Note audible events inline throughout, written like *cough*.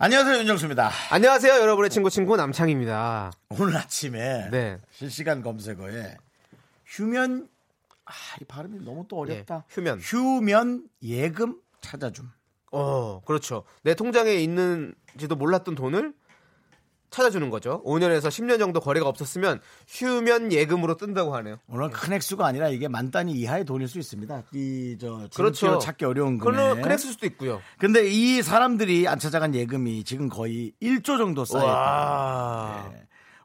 안녕하세요 윤정수입니다. 안녕하세요, 여러분의 친구 친구 남창입니다. 오늘 아침에 네. 실시간 검색어에 휴면 아, 이 발음이 너무 또 어렵다. 예, 휴면. 휴면 예금 찾아줌. 어, 그렇죠. 내 통장에 있는지도 몰랐던 돈을 찾아주는 거죠. 5년에서 10년 정도 거래가 없었으면 휴면 예금으로 뜬다고 하네요. 오늘 큰 액수가 아니라 이게 만 단위 이하의 돈일 수 있습니다. 이저 그렇죠. 찾기 어려운 금액. 그걸로 그랬을 수도 있고요. 근데 이 사람들이 안 찾아간 예금이 지금 거의 1조 정도 쌓였다. 와.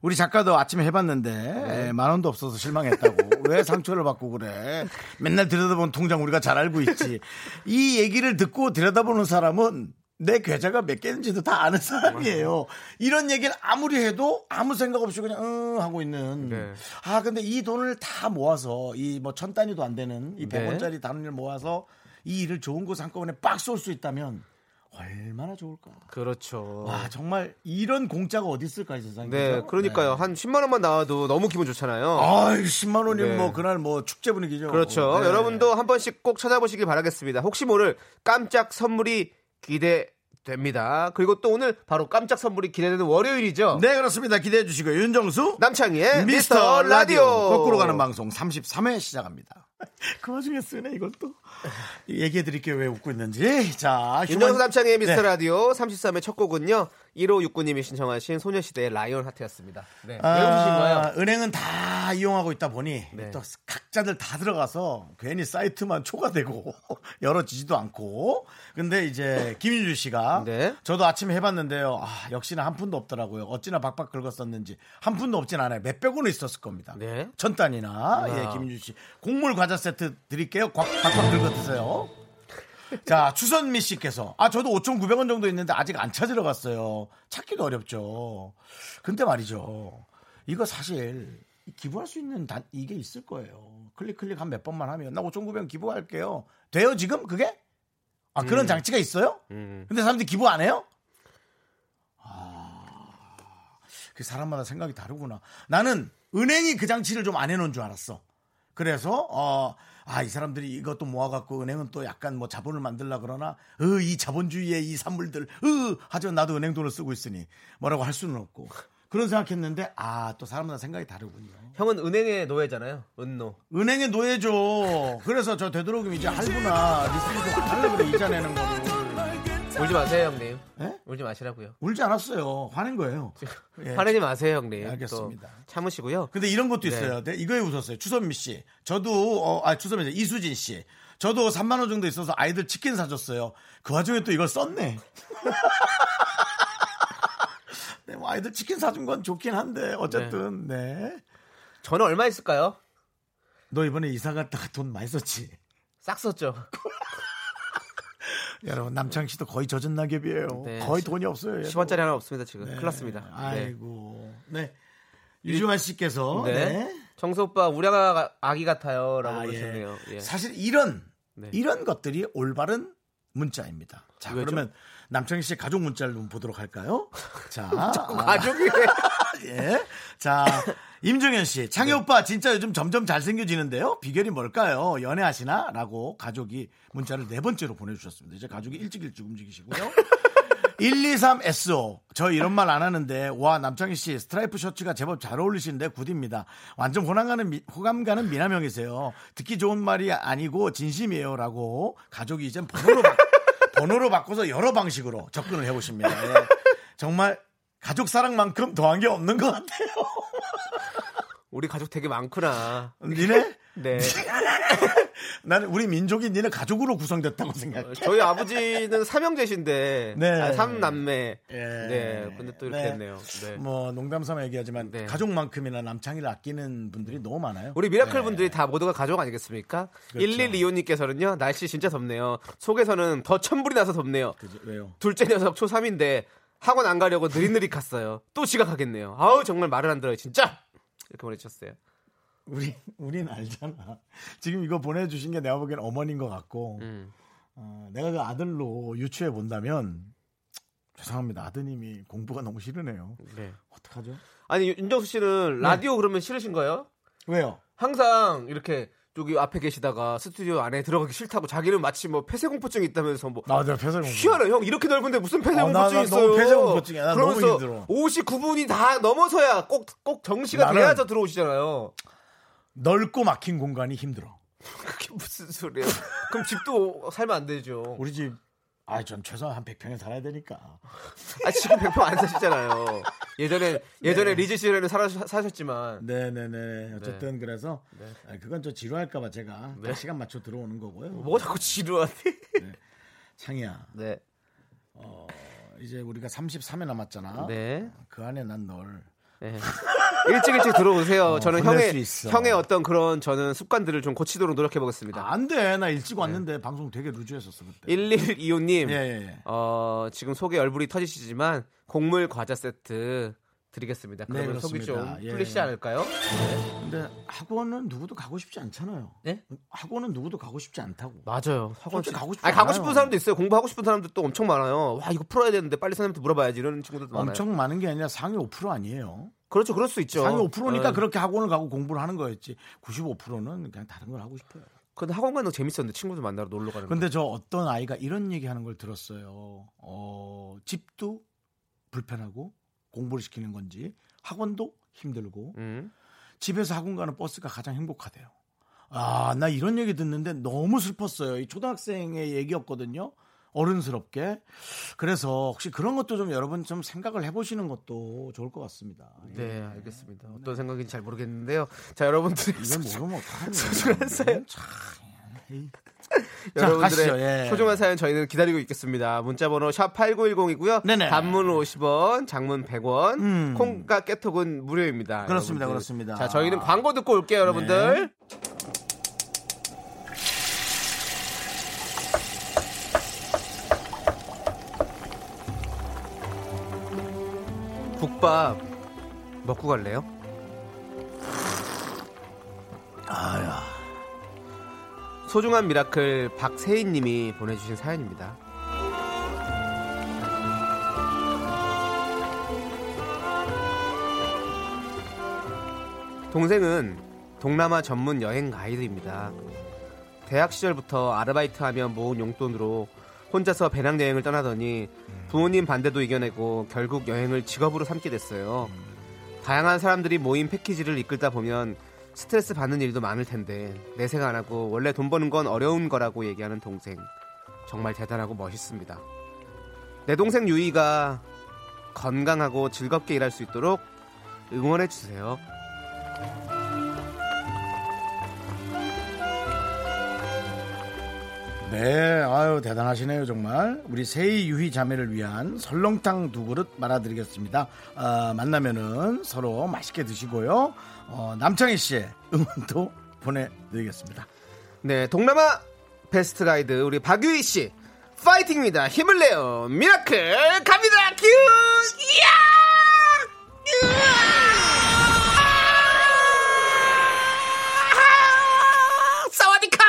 우리 작가도 아침에 해봤는데 에, 만 원도 없어서 실망했다고 왜 상처를 받고 그래 맨날 들여다본 통장 우리가 잘 알고 있지 이 얘기를 듣고 들여다보는 사람은 내 계좌가 몇 개인지도 다 아는 사람이에요 이런 얘기를 아무리 해도 아무 생각 없이 그냥 응 하고 있는 네. 아 근데 이 돈을 다 모아서 이 뭐 천 단위도 안 되는 이 네. 100원짜리 단위를 모아서 이 일을 좋은 곳 한꺼번에 빡 쏠 수 있다면 얼마나 좋을까 그렇죠. 와 아, 정말 이런 공짜가 어디 있을까 이 세상에 네, 그죠? 그러니까요. 한 10만 원만 나와도 너무 기분 좋잖아요. 아, 10만 원이면 네. 뭐 그날 뭐 축제 분위기죠. 그렇죠. 네. 여러분도 한 번씩 꼭 찾아보시길 바라겠습니다. 혹시 모를 깜짝 선물이 기대됩니다. 그리고 또 오늘 바로 깜짝 선물이 기대되는 월요일이죠. 네, 그렇습니다. 기대해 주시고요. 윤정수 남창희의 미스터 라디오. 거꾸로 가는 방송 33회 *laughs* 시작합니다. 그 와중에 쓰네 이걸 또 얘기해 드릴게요. 왜 웃고 있는지. 자, 윤정수 휴먼- 남창희의 네. 미스터 라디오 33의 첫 곡은요. 1569님이 신청하신 소녀시대의 라이온 하트였습니다. 네. 아, 왜 웃으신가요? 은행은 다 이용하고 있다 보니 네. 또 각자들 다 들어가서 괜히 사이트만 초과되고 *laughs* 열어지지도 않고 근데 이제 김윤주 씨가 네. 저도 아침에 해봤는데요 아, 역시나 한 푼도 없더라고요 어찌나 박박 긁었었는지 한 푼도 없진 않아요 몇백 원은 있었을 겁니다 네. 천 단이나 우와. 예, 김윤주 씨 곡물 과자 세트 드릴게요 곽- 박박 긁어 드세요 자, 추선미 씨께서 아, 저도 5,900원 정도 있는데 아직 안 찾으러 갔어요. 찾기도 어렵죠. 근데 말이죠. 이거 사실 기부할 수 있는 단, 이게 있을 거예요. 클릭 클릭 한 몇 번만 하면 나 5,900원 기부할게요. 돼요, 지금 그게? 아, 그런 장치가 있어요? 음. 근데 사람들이 기부 안 해요? 아. 그 사람마다 생각이 다르구나. 나는 은행이 그 장치를 좀 안 해놓은 줄 알았어. 그래서 어, 아 이 사람들이 이것도 모아갖고 은행은 또 약간 뭐 자본을 만들라 그러나 으 이 자본주의의 이 산물들 으 하죠 나도 은행 돈을 쓰고 있으니 뭐라고 할 수는 없고 그런 생각했는데 아 또 사람마다 생각이 다르군요. 형은 은행의 노예잖아요. 은노. 은행의 노예죠. 그래서 저 되도록이면 이제 할부나 리스크 좀안 하려고 그래 이자 내는 거를 울지 마세요, 형님. 예? 울지 마시라고요. 울지 않았어요. 화낸 거예요. 예. 화내지 마세요, 형님. 알겠습니다. 또 참으시고요. 근데 이런 것도 있어요. 네, 이거에 웃었어요. 추선미 씨. 저도 어, 아 추선미 씨. 이수진 씨. 저도 3만 원 정도 있어서 아이들 치킨 사줬어요. 그 와중에 또 이걸 썼네. *laughs* 네, 뭐 아이들 치킨 사준 건 좋긴 한데 어쨌든 네. 저는 얼마 있을까요? 너 이번에 이사 갔다가 돈 많이 썼지? 싹 썼죠. 여러분 남창 씨도 거의 젖은 낙엽이에요. 네, 거의 시- 돈이 없어요. 얘도. 10원짜리 하나 없습니다, 지금. 큰일 났습니다. 네. 아이고. 네. 유중환 씨께서 네. 네. 정수 오빠 우량아 아기 같아요라고 아, 그러셨네요. 예. 예. 사실 이런 네. 이런 것들이 올바른 문자입니다. 자, 왜죠? 그러면 남창희 씨의 가족 문자를 좀 보도록 할까요? *laughs* 자, 가족이 아, *laughs* 예. 자, 임종현 씨, 창희 오빠 진짜 요즘 점점 잘생겨지는데요. 비결이 뭘까요? 연애하시나? 라고 가족이 문자를 네 번째로 보내주셨습니다. 이제 가족이 일찍 일찍 움직이시고요. 123SO. 저 이런 말 안 하는데, 와, 남창희 씨, 스트라이프 셔츠가 제법 잘 어울리시는데, 굿입니다. 완전 호감 가는, 미- 호감 가는 미남형이세요. 듣기 좋은 말이 아니고, 진심이에요. 라고, 가족이 이젠 번호로, 바, 번호로 바꿔서 여러 방식으로 접근을 해보십니다. 예. 정말, 가족 사랑만큼 더한 게 없는 것 같아요. *laughs* 우리 가족 되게 많구나. 니네? 네. 나는 우리 민족이 니네 가족으로 구성됐다고 생각해. 저희 아버지는 삼형제신데 네. 아, 삼남매. 예. 네. 근데 또 이렇게 네. 했네요. 네. 뭐 농담삼아 얘기하지만 네. 가족만큼이나 남창이를 아끼는 분들이 너무 많아요. 우리 미라클 네. 분들이 다 모두가 가족 아니겠습니까? 그렇죠. 1125님께서는요, 날씨 진짜 덥네요. 속에서는 더 천불이 나서 덥네요. 그죠? 왜요? 둘째 녀석 초3인데 학원 안 가려고 느릿느릿 갔어요. 또 지각하겠네요. 아우 정말 말을 안 들어요 진짜. 이렇게 보내주셨어요. 우리 우린 알잖아. 지금 이거 보내주신 게 내가 보기엔 어머니인 것 같고 음. 어, 내가 그 아들로 유추해 본다면 죄송합니다 아드님이 공부가 너무 싫으네요. 네. 어떡하죠? 아니 윤정수 씨는 네. 라디오 그러면 싫으신 거예요? 왜요? 항상 이렇게 여기 앞에 계시다가 스튜디오 안에 들어가기 싫다고 자기는 마치 뭐 폐쇄공포증이 있다면서 뭐 나 아, 내가 폐쇄 공부. 희한해 형 이렇게 넓은데 무슨 어, 네. 나- 폐쇄공포증이 나 있어요? 너무 폐쇄공포증이야. 나 너무 힘들어. 그러면서 59분이 다 넘어서야 꼭 꼭 정시가 나는- 돼야죠 들어오시잖아요. *laughs* 넓고 막힌 공간이 힘들어. 그게 무슨 소리예요? 그럼 집도 살면 안 되죠. 우리 집. 아, 전 최소한 한 100평에 살아야 되니까. 아 지금 100%안 사시잖아요. 네. 예전에 예전에 리즈 씨는 살아 사셨지만 네네네. 어쨌든 그래서 네. 아, 그건 저 지루할까봐 제가 딱 시간 맞춰 들어오는 거고요. 뭐가 자꾸 지루하니? 창이야, 네. 이제 우리가 33회 남았잖아. 네. 그 안에 난 널. 네. *laughs* 일찍 일찍 들어오세요. 저는 혼낼 형의 수 있어. 형의 어떤 그런 저는 습관들을 좀 고치도록 노력해 보겠습니다. 안 돼. 나 네. 일찍 왔는데 방송 되게 루즈했었어 그때. 1125님, 네. 예, 예, 예. 어, 지금 속에 얼굴이 터지시지만 곡물 과자 세트 드리겠습니다. 네, 그러면 속이 좀 그렇습니다. 예. 풀리시지 않을까요? 근데 학원은 누구도 가고 싶지 않잖아요. 네? 학원은 누구도 가고 싶지 않다고. 맞아요. 학원 솔직히 가고 싶지 아니, 가고 않아요. 싶은 사람도 있어요. 공부하고 싶은 사람도 또 엄청 많아요. 와, 이거 풀어야 되는데 빨리 선생님한테 물어봐야지 이런 친구들도 많아요. 엄청 많은 게 아니라 상위 5% 아니에요. 그렇죠. 그럴 수 있죠. 상위 5%니까 예. 그렇게 학원을 가고 공부를 하는 거였지. 95%는 그냥 다른 걸 하고 싶어요. 근데 학원 가는 거 재밌었는데 친구들 만나러 놀러 가는 거. 근데 저 어떤 아이가 이런 얘기 하는 걸 들었어요. 어, 집도 불편하고 공부를 시키는 건지 학원도 힘들고 음. 집에서 학원 가는 버스가 가장 행복하대요. 아, 나 이런 얘기 듣는데 너무 슬펐어요. 이 초등학생의 얘기였거든요. 어른스럽게. 그래서 혹시 그런 것도 좀 여러분 좀 생각을 해보시는 것도 좋을 것 같습니다. 네, 알겠습니다. 어떤 생각인지 잘 모르겠는데요. 자, 여러분들 이건 뭐 모르면 *laughs* 어떡하냐. 소중한 사연. 참, 에이. 자, 여러분들의 가시죠. 예. 소중한 사연 저희는 기다리고 있겠습니다. 문자번호 샵 8910이고요. 네네. 단문 50원, 장문 100원, 음. 콩과 깨톡은 무료입니다. 그렇습니다, 여러분들. 그렇습니다. 네. 자, 저희는 광고 듣고 올게요, 여러분들. 국밥 먹고 갈래요? 아야. 소중한 미라클 박세인 님이 보내주신 사연입니다. 동생은 동남아 전문 여행 가이드입니다. 대학 시절부터 아르바이트하며 모은 용돈으로 혼자서 배낭여행을 떠나더니 부모님 반대도 이겨내고 결국 여행을 직업으로 삼게 됐어요. 다양한 사람들이 모임 패키지를 이끌다 보면 스트레스 받는 일도 많을 텐데 내생 안 하고 원래 돈 버는 건 어려운 거라고 얘기하는 동생 정말 대단하고 멋있습니다. 내 동생 유이가 건강하고 즐겁게 일할 수 있도록 응원해 주세요. 네, 아유 대단하시네요 정말. 우리 세이 유희 자매를 위한 설렁탕 두 그릇 말아드리겠습니다. 아, 만나면은 서로 맛있게 드시고요. 어, 남창희 씨의 응원도 보내드리겠습니다. 네, 동남아 베스트 가이드 우리 박유희 씨 파이팅입니다. 힘을 내요. 미라클 갑니다. 큐! 이야! 으아! 사와디캅!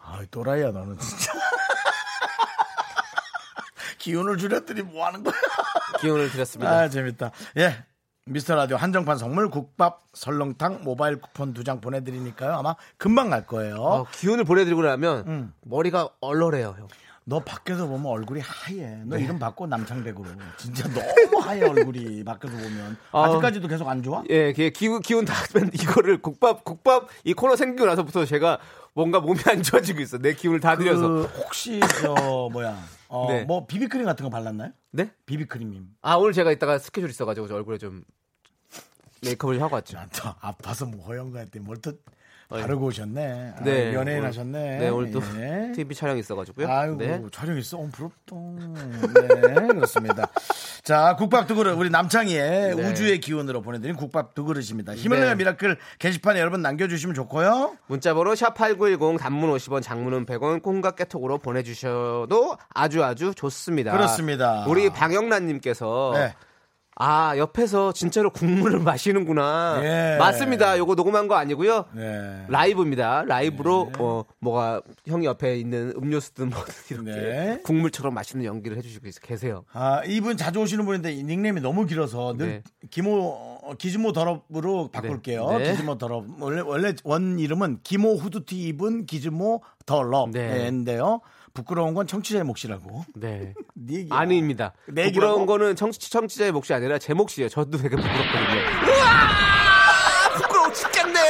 아유 또라이야 너는 진짜. *laughs* 기운을 줄였더니 뭐 하는 거야? 기운을 드렸습니다. 아 재밌다. 예. 미스터 라디오 한정판 선물 국밥 설렁탕 모바일 쿠폰 두 장 보내드리니까요 아마 금방 갈 거예요. 어, 기운을 보내드리고 나면 머리가 얼얼해요. 형. 너 밖에서 보면 얼굴이 하얘. 너 이름 바꿔 남창백으로. 진짜 너무 하얘 얼굴이 밖에서 보면. 아. 아직까지도 계속 안 좋아? 예, 기, 기운, 기운 다 빼면 이거를 국밥, 국밥 이 코너 생기고 나서부터 제가 뭔가 몸이 안 좋아지고 있어. 내 기운을 다 들여서. 그 혹시 저 뭐야? 어, 네. 뭐 비비크림 같은 거 발랐나요? 네? 비비크림임. 아 오늘 제가 이따가 스케줄 있어가지고 저 얼굴에 좀 메이크업을 하고 왔죠. 않다. 아파서 뭐 허영가했더니 뭘또 바르고 오셨네. 아, 연예인 오늘- 하셨네. 네, 오늘 또 예. TV 촬영 이 있어가지고요. 아이고 네. 촬영 있어. 어, 부럽다. 네 그렇습니다. 자 국밥 두 그릇 우리 남창희의 네. 우주의 기운으로 보내드린 국밥 두 그릇입니다. 힘을 네. 내요 미라클 게시판에 여러분 남겨주시면 좋고요. 문자번호 샵8910 단문 50원 장문은 100원 콩과 깨톡으로 보내주셔도 아주 아주 좋습니다. 그렇습니다. 우리 방영란님께서 네. 아 옆에서 진짜로 국물을 *laughs* 마시는구나. 예. 맞습니다. 요거 녹음한 거 아니고요. 네. 라이브입니다. 라이브로 어, 뭐가 형 옆에 있는 음료수든 뭐든 이렇게 네. 국물처럼 맛있는 연기를 해주시고 계세요. 아 이분 자주 오시는 분인데 이 닉네임이 너무 길어서 늘 네. 기모 어, 기즈모 더럽으로 바꿀게요. 네. 기즈모 더럽 원래 원래 원 이름은 기모 후드티 입은 기즈모 네. 더럽인데요. 부끄러운 건 청취자의 몫이라고. 네. *laughs* 네 얘기야. 아닙니다. 내 얘기라고? 부끄러운 거는 청취, 청취자의 몫이 아니라 제 몫이에요. 저도 되게 부끄럽거든요. 우와! *laughs* 부끄러워 죽겠네!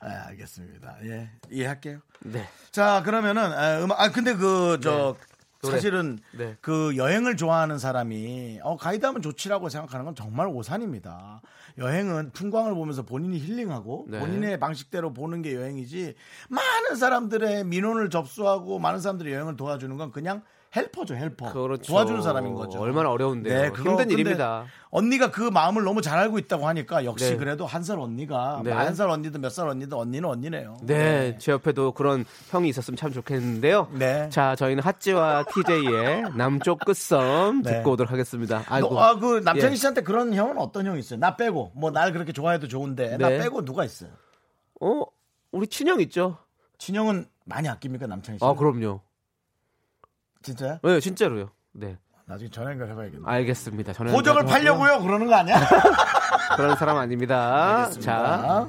아, 알겠습니다. 예 이해할게요. 네. 자 그러면은 아, 음악 아 근데 그 저 노래. 사실은 네. 그 여행을 좋아하는 사람이 어 가이드하면 좋지라고 생각하는 건 정말 오산입니다. 여행은 풍광을 보면서 본인이 힐링하고 네. 본인의 방식대로 보는 게 여행이지 많은 사람들의 민원을 접수하고 많은 사람들이 여행을 도와주는 건 그냥 헬퍼죠 헬퍼 그렇죠. 도와주는 사람인 거죠. 네, 얼마나 어려운데요. 그거 힘든 근데 일입니다. 언니가 그 마음을 너무 잘 알고 있다고 하니까 역시 네. 그래도 한 살 언니가 네. 한 살 언니든 몇 살 언니든 언니는 언니네요. 네, 제 옆에도 그런 형이 있었으면 참 좋겠는데요. 네. 자, 저희는 핫지와 TJ의 남쪽 끝섬 네. 듣고 오도록 하겠습니다. 아이고. 아 그 남창희 예. 씨한테 그런 형은 어떤 형이 있어요? 나 빼고 뭐 날 그렇게 좋아해도 좋은데 나 네. 빼고 누가 있어요? 어, 우리 친형 있죠? 친형은 많이 아낍니까 남창희 씨? 아, 그럼요. 진짜요? 네, 진짜로요. 네. 나중에 전화 연결해봐야겠네. 아, 알겠습니다. 저는 보적을 팔려고요? 그러는 거 *laughs* 아니야? 그런 사람 아닙니다. 자, 자,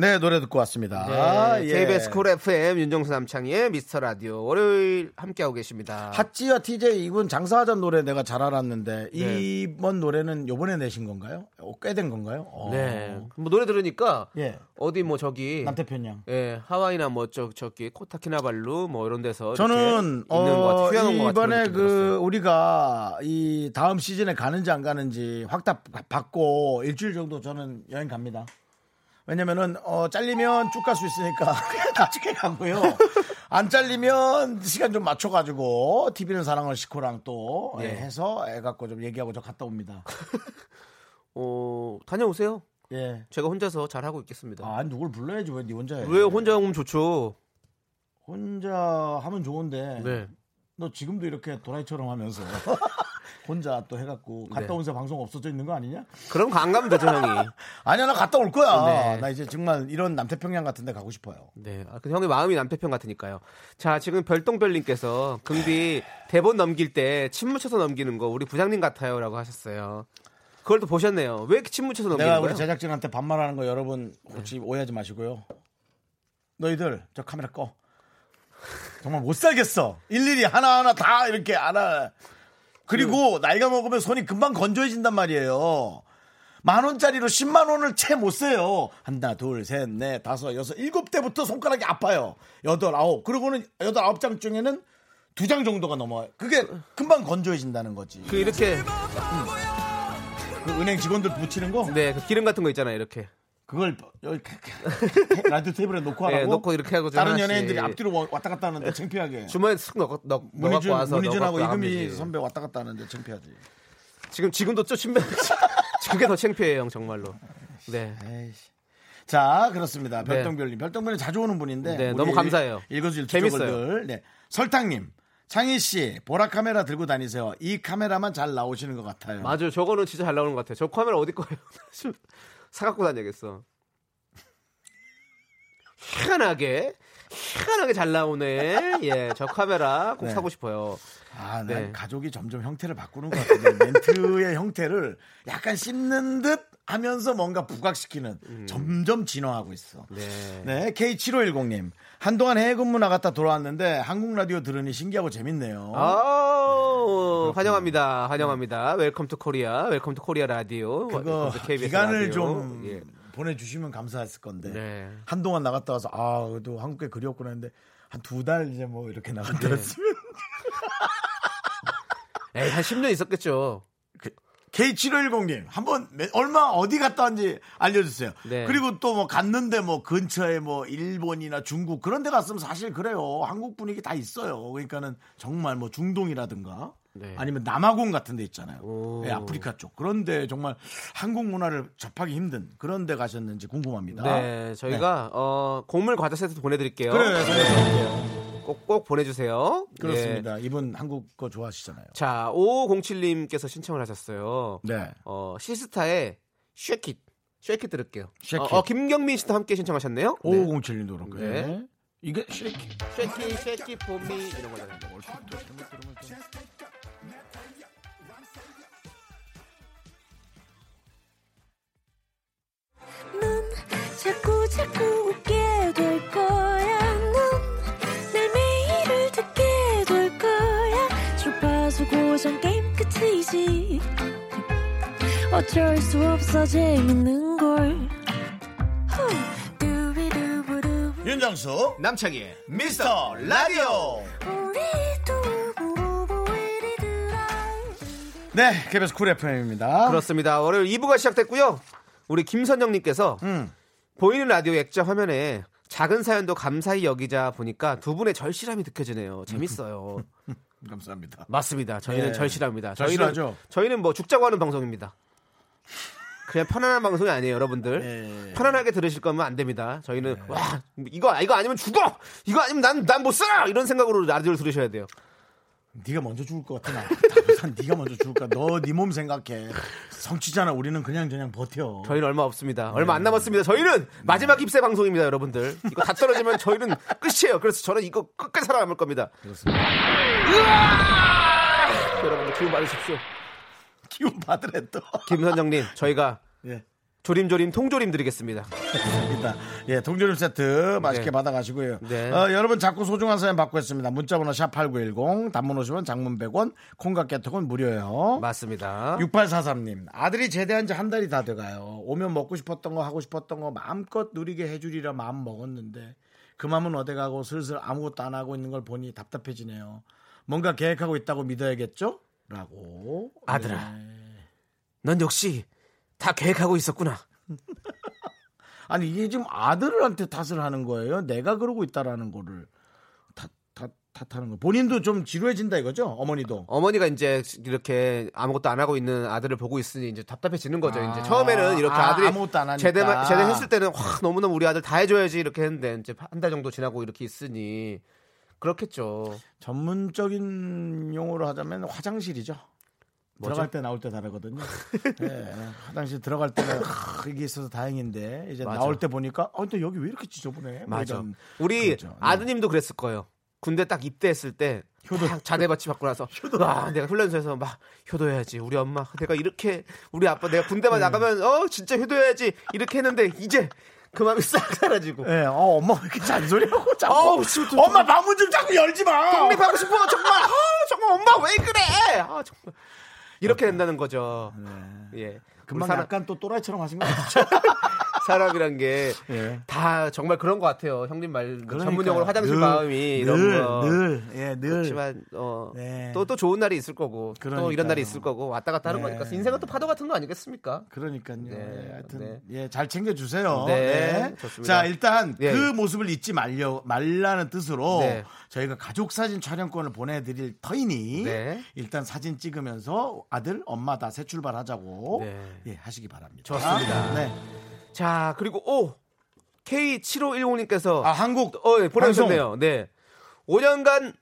네 노래 듣고 왔습니다. 아, 예. KBS 쿨 FM 윤정수 남창희의 미스터 라디오 월요일 함께하고 계십니다. 핫지와 TJ 이분 장사하던 노래 내가 잘 알았는데 네. 이번 노래는 요번에 내신 건가요? 꽤 된 건가요? 어. 네. 뭐 노래 들으니까 예. 어디 뭐 저기 남태편 양. 예, 하와이나 뭐 저 저기 코타키나발루 뭐 이런 데서 저는 이렇게 있는 것 같아. 어, 휴양온 것 같은 이번에 느낌 그 들었어요. 우리가 이 다음 시즌에 가는지 안 가는지 확답 받고 일주일 정도 저는 여행 갑니다. 왜냐면은 어 잘리면 쭉 갈 수 있으니까 *laughs* 나중에 가고요. 안 잘리면 시간 좀 맞춰 가지고 TV는 사랑을 시코랑 또 예, 네. 해서 애 갖고 좀 얘기하고 저 갔다 옵니다. 어, 다녀오세요. 예. 제가 혼자서 잘 하고 있겠습니다. 아, 네. 누굴 불러야지 왜 니 혼자 해? 왜 혼자 오면 좋죠? 혼자 하면 좋은데 네. 너 지금도 이렇게 도라이처럼 하면서 *laughs* 혼자 또 해갖고 갔다 네. 온 새 방송 없어져 있는 거 아니냐? 그럼 안 가면 되죠, 형이. 아니야 나 갔다 올 거야. 네. 나 이제 정말 이런 남태평양 같은 데 가고 싶어요. 네. 아, 근데 형의 마음이 남태평 같으니까요. 자, 지금 별똥별님께서 금비 대본 넘길 때 침 묻혀서 넘기는 거 우리 부장님 같아요 라고 하셨어요. 그걸 또 보셨네요. 왜 침 묻혀서 내가 넘기는 우리 거예요? 제작진한테 반말하는 거 여러분 혹시 오해하지 마시고요. 너희들 저 카메라 꺼. 정말 못 살겠어. 일일이 하나하나 다 이렇게 알아. 그리고 나이가 먹으면 손이 금방 건조해진단 말이에요. 만 원짜리로 10만 원을 채 못 써요. 하나, 둘, 셋, 넷, 다섯, 여섯, 일곱 대부터 손가락이 아파요. 여덟, 아홉. 그리고는 여덟, 아홉 장 중에는 두 장 정도가 넘어요. 그게 금방 건조해진다는 거지. 그 이렇게 그 은행 직원들 붙이는 거? 네, 그 기름 같은 거 있잖아요, 이렇게. 그걸 여기 테- 라디오 테이블에 놓고 하라고 예, 놓고 이렇게 하고 좀 다른 하나씩. 연예인들이 앞뒤로 와- 왔다 갔다 하는데 창피하게 주머니에 쓱 넣어 넣 문희준, 넣어갖고 와서 문희준하고 넣어갖고 나가면 이금희 되지. 선배 왔다 갔다 하는데 창피하지 지금 지금도 좀 *laughs* 침배. 그게 더 창피해요, 형 정말로. 네. 에이씨. 자 그렇습니다 별똥별님 별똥별이 자주 오는 분인데 네, 우리 너무 감사해요. 읽어줄 재밌어요. 재밌어요 네. 설탕님 창희씨 보라 카메라 들고 다니세요 이 카메라만 잘 나오시는 것 같아요 맞아요. 저거는 진짜 잘 나오는 것 같아요. 저 카메라 어디 거예요? *laughs* 좀 사갖고 다녀야겠어. 희한하게 희한하게 잘 나오네. 예, 저 카메라 꼭 네. 사고 싶어요. 아, 난 네. 가족이 점점 형태를 바꾸는 것 같아요. *laughs* 멘트의 형태를 약간 씹는 듯 하면서 뭔가 부각시키는 음. 점점 진화하고 있어. 네. 네, K7510님. 한동안 해외 근무 나갔다 돌아왔는데 한국 라디오 들으니 신기하고 재밌네요. 어, 아, 네. 아우, 어? 환영합니다. 환영합니다. 웰컴 투 코리아. 웰컴 투 코리아 라디오. 그거 웰컴 투 KBS 기간을 라디오. 좀 예. 보내주시면 감사했을 건데. 네. 한동안 나갔다 와서 아, 그래도 네. 한국에 그리웠구나 했는데 한 두 달 이제 뭐 이렇게 나갔다 왔으면 에이, 한 10년 있었겠죠. K7510님 한번 매- 얼마 어디 갔다 왔는지 알려주세요. 네. 그리고 또 뭐 갔는데 뭐 근처에 뭐 일본이나 중국 그런 데 갔으면 사실 그래요. 한국 분위기 다 있어요. 그러니까는 정말 뭐 중동이라든가 네. 아니면 남아공 같은 데 있잖아요. 오. 예, 아프리카 쪽 그런데 정말 한국 문화를 접하기 힘든 그런 데 가셨는지 궁금합니다. 네, 저희가 네. 어, 곡물 과자 세트 보내드릴게요. 네. 그래요. 꼭, 꼭 보내주세요. 예. 그렇습니다. 이분 한국 거 좋아하시잖아요. 자, 5507님께서 신청을 하셨어요. 네. 어, 시스타의 쉐킷. 쉐킷 들을게요. 쉐킷. 어, 어, 김경민 씨도 함께 신청하셨네요. 네. 5507님도 그렇고. 네. 네. 이게 쉐키. 쉐킷, 쉐킷, 봄이 이런 거잖아요. 넌 자꾸 자꾸 웃게 될 거야. 넌내 매일을 듣게 될 거야. 주파수 고정 게임 끝이지. 어쩔 수 없어 재밌는 걸. 후. 두비두부두. 윤정수 남창희의 미스터 라디오. 우리 두부부부 우리들아. 네, KBS 쿨 FM입니다. 그렇습니다. 월요일 2부가 시작됐고요. 우리 김선영님께서 음. 보이는 라디오 액자 화면에 작은 사연도 감사히 여기자 보니까 두 분의 절실함이 느껴지네요. 재밌어요. 감사합니다. 맞습니다. 저희는 네. 절실합니다. 절실하죠? 저희는, 저희는 뭐 죽자고 하는 방송입니다. 그냥 편안한 방송이 아니에요, 여러분들. 네. 편안하게 들으실 거면 안 됩니다. 저희는 와 이거 이거 아니면 죽어, 이거 아니면 난 난 못 살아 이런 생각으로 라디오를 들으셔야 돼요. 네가 먼저 죽을 것 같아. 나. 당산 네가 먼저 죽을까. 너 네 몸 생각해. 성취잖아. 우리는 그냥 저냥 버텨. 저희는 얼마 없습니다. 얼마 안 남았습니다. 저희는 마지막 힙세 방송입니다, 여러분들. 이거 다 떨어지면 저희는 끝이에요. 그래서 저는 이거 끝까지 살아남을 겁니다. 으아! 여러분들 기운 받으십시오. 기운 받으래 또. 김선정님, 저희가 예. 조림조림 통조림 드리겠습니다. 됐습니다. 예, 동조림 세트 맛있게 네. 받아가시고요. 네. 어, 여러분 자꾸 소중한 사연 받고 있습니다. 문자번호 샵8910 단문 50원 장문 100원 콩과 깨톡은 무료예요. 맞습니다. 6843님 아들이 제대한 지 한 달이 다 돼가요 오면 먹고 싶었던 거 하고 싶었던 거 마음껏 누리게 해주리라 마음 먹었는데 그 마음은 어디가고 슬슬 아무것도 안 하고 있는 걸 보니 답답해지네요 뭔가 계획하고 있다고 믿어야겠죠? 라고 아들아. 네. 넌 역시 다 계획하고 있었구나. 아니 이게 지금 아들한테 탓을 하는 거예요 내가 그러고 있다라는 거를 탓, 탓, 탓하는 거 본인도 좀 지루해진다 이거죠? 어머니도 어머니가 이제 이렇게 아무것도 안 하고 있는 아들을 보고 있으니 이제 답답해지는 거죠. 아, 이제 처음에는 이렇게 아, 아, 들이 아무것도 안 하니까. 제대 제대했을 때는 와 너무너무 우리 아들 다 해줘야지 이렇게 했는데 이제 한 달 정도 지나고 이렇게 있으니 그렇겠죠. 전문적인 용어로 하자면 화장실이죠. 뭐죠? 들어갈 때 나올 때 *laughs* 다르거든요. 예, 화장실 들어갈 *laughs* 때는 아, 이게 있어서 다행인데 이제 맞아. 나올 때 보니까 어, 근데 여기 왜 이렇게 지저분해? 뭐 맞아. 그렇죠. 이런 우리 그거죠. 네. 아드님도 그랬을 거예요. 군대 딱 입대했을 때 딱 자대받치 받고 나서 와 내가 훈련소에서 막 효도해야지 우리 엄마 내가 이렇게 우리 아빠 내가 군대만 나가면 어 진짜 효도해야지 이렇게 했는데 이제 그 마음이 싹 사라지고 예, 어, 엄마 왜 이렇게 잔소리하고 자꾸 어우, 지금 또- 엄마 방문 좀 자꾸 열지 마. 독립하고 싶어 *laughs* 정말 아 정말 엄마 왜 그래 아 정말 이렇게 된다는 거죠 예 아, 네. 금방 우리 사람, 약간 또 또라이처럼 하신 거 같죠? *laughs* 사람이란 게 다 예. 정말 그런 것 같아요 형님 말 *laughs* 그러니까요. 전문용어로 화장실 늘, 마음이 늘, 이런 거 늘, 예, 늘. 그렇지만 어또 또 네. 좋은 날이 있을 거고 또 그러니까요. 이런 날이 있을 거고 왔다 갔다 하는 네. 거니까 인생은 또 파도 같은 거 아니겠습니까 그러니까요. 네, 예, 하여튼 네. 예, 잘 챙겨 주세요. 네, 좋습니다. 자, 일단 예, 그 예. 모습을 잊지 말려 말라는 뜻으로 네. 저희가 가족 사진 촬영권을 보내 드릴 터이니 네. 일단 사진 찍으면서 아들, 엄마 다 새 출발하자고 네. 예, 하시기 바랍니다. 좋습니다. 네. 자 그리고 오 K 7510님께서 아, 한국 어, 예, 방송. 보내주셨네요. 네. 5년간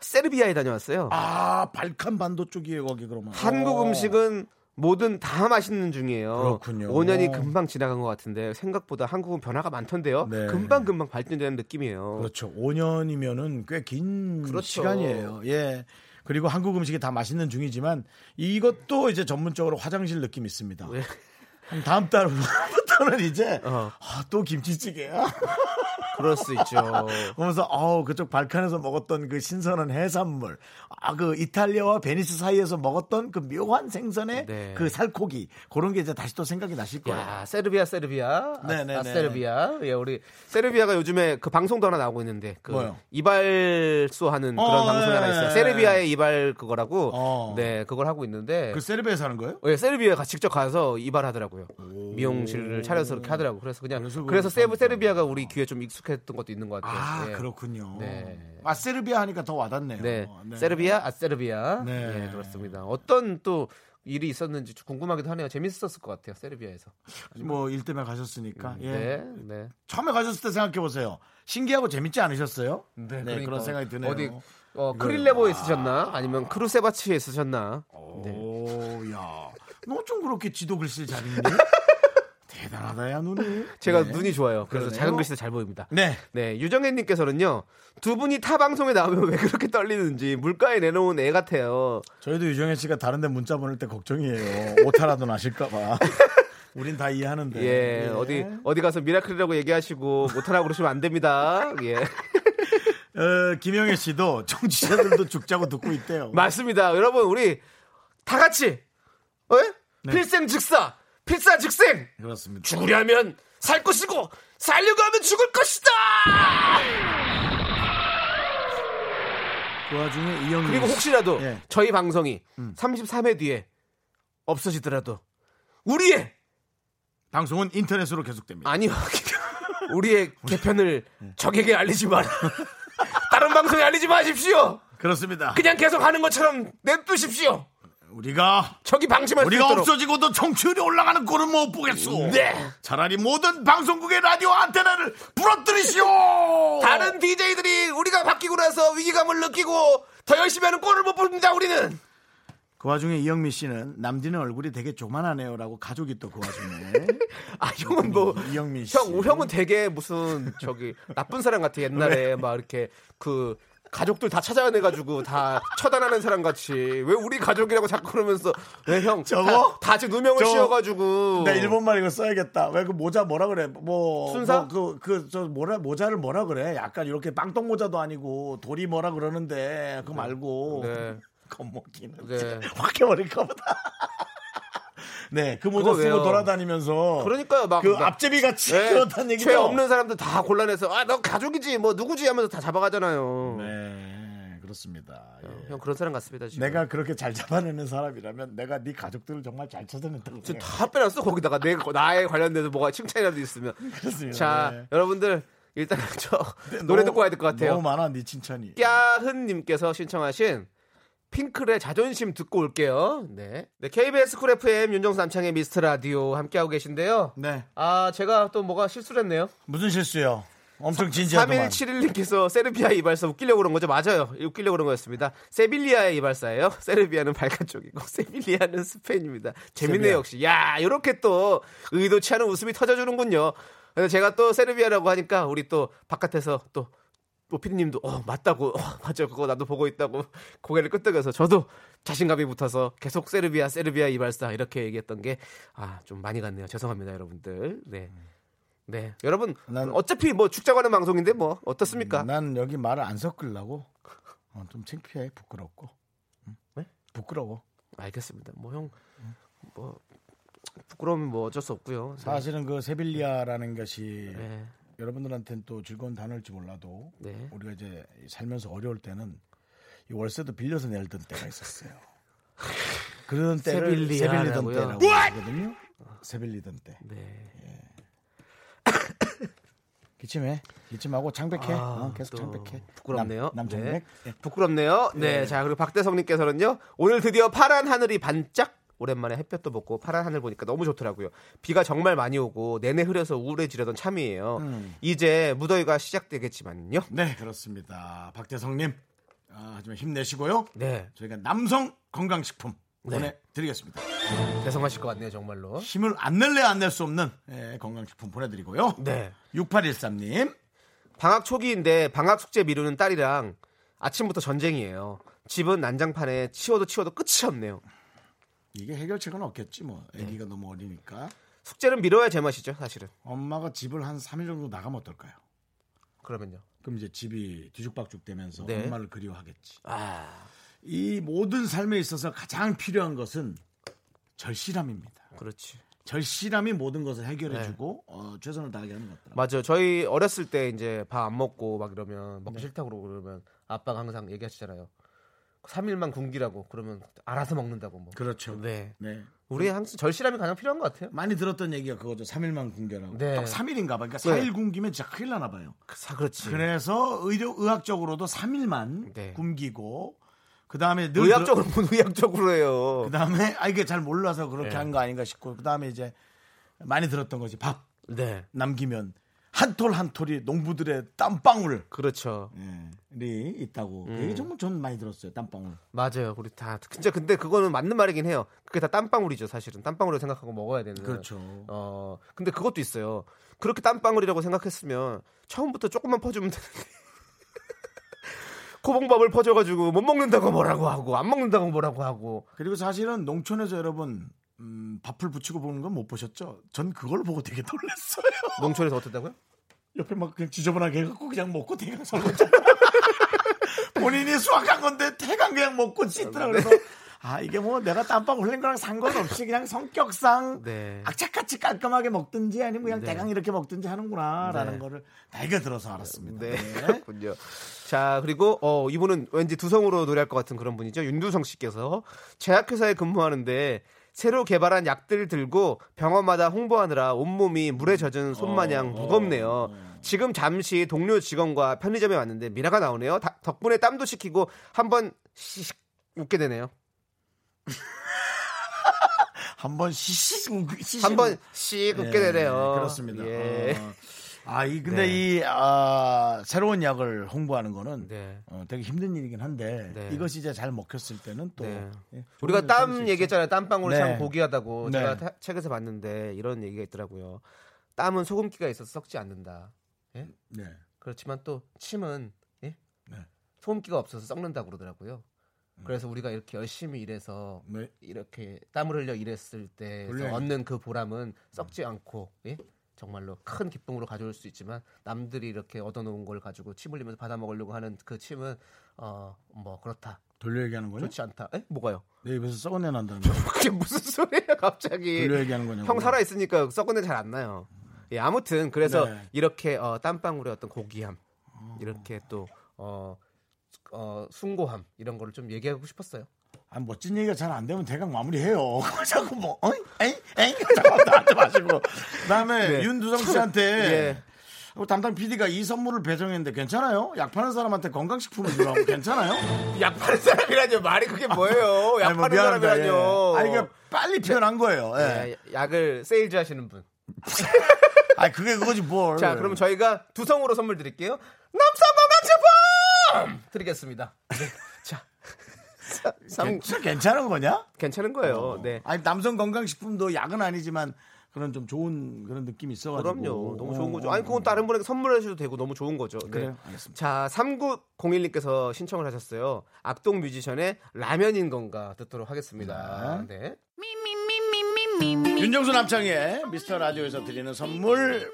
세르비아에 다녀왔어요. 아, 발칸 반도 쪽이에요, 거기 그러면. 한국 어. 음식은 뭐든 다 맛있는 중이에요. 그렇군요. 5년이 금방 지나간 것 같은데 생각보다 한국은 변화가 많던데요. 네. 금방 금방 발전되는 느낌이에요. 그렇죠. 5년이면은 꽤 긴 어. 그렇죠. 시간이에요. 예. 그리고 한국 음식이 다 맛있는 중이지만 이것도 이제 전문적으로 화장실 느낌 있습니다. 왜? 한 다음 달부터는 이제 어. 아, 또 김치찌개야. 그럴 수 있죠. *laughs* 그러면서 어우 그쪽 발칸에서 먹었던 그 신선한 해산물 아 그 이탈리아와 베니스 사이에서 먹었던 그 묘한 생선의 네. 그 살코기 그런 게 이제 다시 또 생각이 나실 거예요 야, 세르비아, 세르비아. 아, 네네네. 아, 세르비아. 예, 우리 세르비아가 요즘에 그 방송도 하나 나오고 있는데 그 뭐요? 이발소 하는 그런 어, 방송이 하나 네. 있어요. 세르비아의 이발 그거라고. 어. 네, 그걸 하고 있는데 그 세르베에서 하는 거예요? 예, 세르비아 가 직접 가서 이발하더라고요. 미용실을 차려서 그렇게 하더라고. 그래서 그냥 그래서 그래서, 그렇구나. 세부 세르비아가 우리 귀에 좀 익숙했던 것도 있는 것 같아요. 아 예. 그렇군요 네. 아 세르비아 하니까 더 와닿네요 네. 네. 세르비아, 아 세르비아. 네. 네, 그렇습니다. 어떤 또 일이 있었는지 좀 궁금하기도 하네요. 재밌었을 것 같아요. 세르비아에서. 뭐 일 때문에 가셨으니까 예. 네, 네. 처음에 가셨을 때 생각해 보세요 신기하고 재밌지 않으셨어요? 그러니까 그런 생각이 드네요 아. 어디 어, 크릴레보에 있으셨나? 아니면 크루세바치에 있으셨나? 어, 네. 오야 너 좀 그렇게 지도 글씨를 잘 *laughs* 읽니? 대단하다 야 눈이 제가 네. 눈이 좋아요. 그래서 그러네요. 작은 글씨도 잘 보입니다. 네 네, 유정혜님께서는요, 두 분이 타 방송에 나오면 왜 그렇게 떨리는지 물가에 내놓은 애 같아요. 저희도 유정현 씨가 다른데 문자 보낼 때 걱정이에요. 오타라도 *laughs* 나실까봐. 우린 다 이해하는데. 예, 어디, 어디 가서 미라클이라고 얘기하시고 못하라고 그러시면 안 됩니다. 예. *laughs* 어, 김영애 씨도 정치자들도 죽자고 듣고 있대요. 맞습니다. 여러분, 우리 다 같이, 어? 네. 필생 즉사! 필사 즉생! 그렇습니다. 죽으려면 살 것이고, 살려고 하면 죽을 것이다! 그 와중에 이영희 그리고 씨. 혹시라도 예. 음. 저희 방송이 33회 뒤에 없어지더라도 우리의 방송은 인터넷으로 계속됩니다. 아니요 *laughs* 우리의 개편을 예. 적에게 알리지 마라 *laughs* 다른 방송에 알리지 마십시오 그렇습니다. 그냥 계속 하는 것처럼 냅두십시오 우리가 적이 방심할 우리가 수 있도록 없어지고도 청취율이 올라가는 꼴은 못 보겠소. 네. 차라리 모든 방송국의 라디오 안테나를 부러뜨리시오. 어. 다른 DJ들이 우리가 바뀌고 나서 위기감을 느끼고 더 열심히 하는 꼴을 못 봅니다 우리는 그 와중에 이영미 씨는 남디는 얼굴이 되게 조만하네요라고 가족이 또 그 와중에 *laughs* 아 형은 뭐 음, 이영민 씨. 형, 형은 되게 무슨 저기 나쁜 사람 같아 옛날에 네. 막 이렇게 그 가족들 다 찾아내가지고 다 처단하는 사람 같이 왜 우리 가족이라고 자꾸 그러면서 왜 형 저거? 다, 다 지금 누명을 저거. 씌워가지고 나 일본말 이거 써야겠다. 왜 그 모자 뭐라 그래? 뭐 순사? 그그저 뭐라 모자를 뭐라 그래? 약간 이렇게 빵똥 모자도 아니고 돌이 뭐라 그러는데 그거 말고 네. *laughs* 겁먹기는 네. 진짜 확 해버릴까 보다. *laughs* 네, 그 모자 그거 쓰고 왜요? 돌아다니면서 그러니까요, 막 그 나- 앞제비 같이 네, *laughs* 그렇다는 얘기죠. 죄 없는 사람들 다 곤란해서 아 너 가족이지 뭐 누구지 하면서 다 잡아가잖아요 네, 그렇습니다. 예. 형 그런 사람 같습니다 지금 내가 그렇게 잘 잡아내는 사람이라면 내가 네 가족들을 정말 잘 찾아낸다고 지금 생각합니다. 다 빼놨어 거기다가 내 나에 관련돼서 뭐가 칭찬이라도 있으면 그렇습니다. 자 네. 여러분들 일단 *laughs* 저 노래 듣고 와야 될 것 같아요 너무 많아, 네 칭찬이. 꺄흔님께서 신청하신 핑클의 자존심 듣고 올게요. 네. 네, KBS 쿨 FM 윤정수 남창의 미스트 라디오 함께하고 계신데요. 네, 아, 제가 또 뭐가 실수를 했네요. 무슨 실수요? 엄청 진지하더만. 3171님께서 세르비아 이발사 웃기려고 그런 거죠? 맞아요. 웃기려고 그런 거였습니다. 세빌리아의 이발사예요. 세르비아는 발칸 쪽이고, 세빌리아는 스페인입니다. 재밌네요, 세빌리아. 역시. 야, 이렇게 또 의도치 않은 웃음이 터져주는군요. 그래서 제가 또 세르비아라고 하니까 우리 또 바깥에서 또 오피디님도 어 맞다고 어, 맞아 그거 나도 보고 있다고 *laughs* 고개를 끄덕여서 저도 자신감이 붙어서 계속 세르비아 세르비아 이발사 이렇게 얘기했던 게 아 좀 많이 갔네요 죄송합니다 여러분들 네 네. 여러분, 난- 어차피 뭐 죽자고 하는 방송인데 뭐 어떻습니까? 난 여기 말을 안 섞으려고. 어, 좀 창피해, 부끄럽고. 응? 네? 부끄러워. 알겠습니다. 뭐 형, 뭐 부끄러우면 뭐 어쩔 수 없고요. 네. 사실은 그 세빌리아라는 것이 네. 여러분들한테는 또 즐거운 단어일지 몰라도 네. 우리가 이제 살면서 어려울 때는 이 월세도 빌려서 내던 때가 *laughs* 있었어요. 그런 때를 세빌리던 세빌리아라고요? 때라고 하거든요. 세빌리던 때. 네. 기침해. 기침하고 창백해. 아, 어, 계속 또 창백해. 부끄럽네요. 남, 창백 예. 네. 부끄럽네요. 네. 자, 그리고 박대성님께서는요. 오늘 드디어 파란 하늘이 반짝. 오랜만에 햇볕도 보고 파란 하늘 보니까 너무 좋더라고요. 비가 정말 많이 오고 내내 흐려서 우울해지려던 참이에요. 음. 이제 무더위가 시작되겠지만요. 네, 그렇습니다. 박대성님. 아, 하지만 힘내시고요. 네. 저희가 남성 건강식품 네. 보내드리겠습니다. 대성하실 것 같네요, 정말로. 힘을 안 낼래 안 낼 수 없는 예, 건강식품 보내드리고요. 네. 6813님. 방학 초기인데 방학 숙제 미루는 딸이랑 아침부터 전쟁이에요. 집은 난장판에 치워도 치워도 끝이 없네요. 이게 해결책은 없겠지 뭐. 네. 애기가 너무 어리니까. 숙제는 미뤄야 제맛이죠, 사실은. 엄마가 집을 한 3일 정도 나가면 어떨까요? 그러면요. 그럼 이제 집이 뒤죽박죽 되면서 네. 엄마를 그리워하겠지. 아, 이 모든 삶에 있어서 가장 필요한 것은 절실함입니다. 그렇지. 절실함이 모든 것을 해결해주고 네. 어, 최선을 다하게 하는 것 같더라고요. 맞아요. 저희 어렸을 때 이제 밥 안 먹고 막 이러면 먹기 싫다고 그러고 그러면 아빠가 항상 얘기하시잖아요. 3일만 굶기라고 그러면 알아서 먹는다고 뭐. 그렇죠. 네. 네. 우리 항상 절실함이 가장 필요한 것 같아요. 많이 들었던 얘기가 그거죠. 3일만 굶겨라고. 네. 딱 3일인가 봐. 그러니까 네. 4일 굶기면 진짜 큰일 나나 봐요. 사 그렇지. 그래서 의료 의학적으로도 3일만 네. 굶기고 그다음에 늘 의학적으로 본 의학적으로 해요. 그다음에 아 이게 잘 몰라서 그렇게 네. 한 거 아닌가 싶고 그다음에 이제 많이 들었던 거지. 밥 네. 남기면 한 톨 한 톨이 농부들의 땀방울 네, 그렇죠. 이 있다고. 음. 이게 정말 전 많이 들었어요. 땀방울. 맞아요. 우리 다 진짜 근데 그거는 맞는 말이긴 해요. 그게 다 땀방울이죠, 사실은. 땀방울로 생각하고 먹어야 되는. 그렇죠. 어, 근데 그것도 있어요. 그렇게 땀방울이라고 생각했으면 처음부터 조금만 퍼주면 *laughs* 되는데. 코봉밥을 퍼줘가지고 못 먹는다고 뭐라고 하고 안 먹는다고 뭐라고 하고 그리고 사실은 농촌에서 여러분 음, 밥풀 붙이고 보는 건 못 보셨죠? 전 그걸 보고 되게 놀랐어요. 농촌에서 어떻다고요? 옆에 막 그냥 지저분하게 해갖고 그냥 먹고 대강 설거지 *laughs* 본인이 수확한 건데 대강 그냥 먹고 씻더라 그래서 아 이게 뭐 내가 땀방 흘린 거랑 상관없이 그냥 성격상 네. 악착같이 깔끔하게 먹든지 아니면 그냥 네. 대강 이렇게 먹든지 하는구나라는 네. 거를 날개 들어서 알았습니다. 네, 그렇군요. 자, 그리고 어, 이분은 왠지 두성으로 노래할 것 같은 그런 분이죠. 윤두성 씨께서 제약회사에 근무하는데 새로 개발한 약들 들고 병원마다 홍보하느라 온몸이 물에 젖은 어. 손마냥 무겁네요. 지금 잠시 동료 직원과 편의점에 왔는데 미라가 나오네요. 다- 덕분에 땀도 식히고 한번 시식 웃게 되네요. 한번 시식 *laughs* 시식 한번 씩 웃게 예, 되네요. 그렇습니다. 예. 어. 아, 이 근데 네. 이 아, 새로운 약을 홍보하는 거는 네. 어, 되게 힘든 일이긴 한데 네. 이것이 이제 잘 먹혔을 때는 또 네. 예, 좋은 일이 될 우리가 수 땀 있죠. 얘기했잖아요. 땀방울이 네. 참 고귀하다고 네. 제가 타- 책에서 봤는데 이런 얘기가 있더라고요. 땀은 소금기가 있어서 썩지 않는다. 예? 네. 그렇지만 또 침은 예? 네. 음. 소금기가 없어서 썩는다고 그러더라고요. 그래서 우리가 이렇게 열심히 일해서 네. 이렇게 땀을 흘려 일했을 때 물론. 얻는 그 보람은 음. 썩지 않고 예? 정말로 큰 기쁨으로 가져올 수 있지만 남들이 이렇게 얻어놓은 걸 가지고 침 흘리면서 받아 먹으려고 하는 그 침은 어 뭐 그렇다 돌려 얘기하는 거냐? 좋지 않다 에? 뭐가요? 내 입에서 썩어내 난다는 거. 그게 무슨 소리야 갑자기 돌려 얘기하는 거냐고. 형 살아 있으니까 썩은 애 잘 안 나요. 예, 아무튼 그래서 네. 이렇게 어, 땀방울의 어떤 고귀함 이렇게 또 어, 어, 숭고함 이런 거를 좀 얘기하고 싶었어요. 아, 멋진 얘기가 잘 안 되면 대강 마무리해요. *laughs* 자꾸 뭐 어이? 에이? 에이? *laughs* 자꾸 나한테 마시고. 그다음에 네. 윤두성 씨한테 예. 어, 담당 PD가 이 선물을 배정했는데 괜찮아요? 약 파는 사람한테 건강식품을 주라고 *laughs* 괜찮아요? 약 파는 사람이라뇨 말이 그게 뭐예요? 어, 약 *laughs* 아니, 뭐 파는 미안합니다. 사람이라뇨. 예. 아니, 그러니까 빨리 표현한 거예요. 예. 예, 약을 세일즈 하시는 분. 아, 그게 그거지 뭘. 자, 그러면 저희가 두성으로 선물 드릴게요. 남성 건강식품 드리겠습니다. *laughs* 네. 자, 사- 삼- 괜- 진짜 괜찮은 거냐? 괜찮은 거예요. 네. 어. 아니, 남성 건강식품도 약은 아니지만 그런 좀 좋은 그런 느낌이 있어가지고. 그럼요. 너무 좋은 거죠. 어, 아니, 그건 다른 분에게 선물해 주셔도 되고 너무 좋은 거죠. 네. 그래요. 알겠습니다. 자, 3901님께서 신청을 하셨어요. 악동 뮤지션의 라면인 건가 듣도록 하겠습니다. 네. 윤정수 남창의 미스터 라디오에서 드리는 선물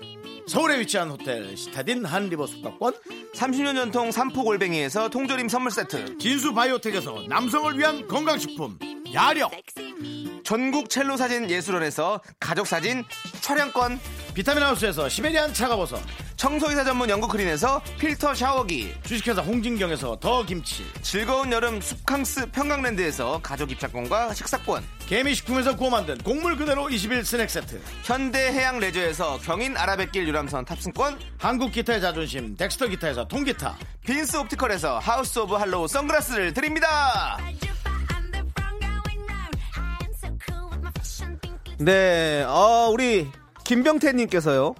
서울에 위치한 호텔 시타딘 한 리버 숙박권 30년 전통 삼포골뱅이에서 통조림 선물 세트. 진수 바이오텍에서 남성을 위한 건강식품 야력 전국 첼로 사진 예술원에서 가족 사진 촬영권. 비타민 하우스에서 시베리안 차가워서 청소이사 전문 영국 크린에서 필터 샤워기. 주식회사 홍진경에서 더 김치 즐거운 여름 숲캉스 평강랜드에서 가족 입장권과 식사권. 개미식품에서 구워 만든 곡물 그대로 21 스낵 세트 현대 해양 레저에서 경인 아라뱃길 유람선 탑승권. 한국 기타의 자존심 덱스터 기타에서 통기타 빈스 옵티컬에서 하우스 오브 할로우 선글라스를 드립니다. 네, 어, 우리 김병태님께서요.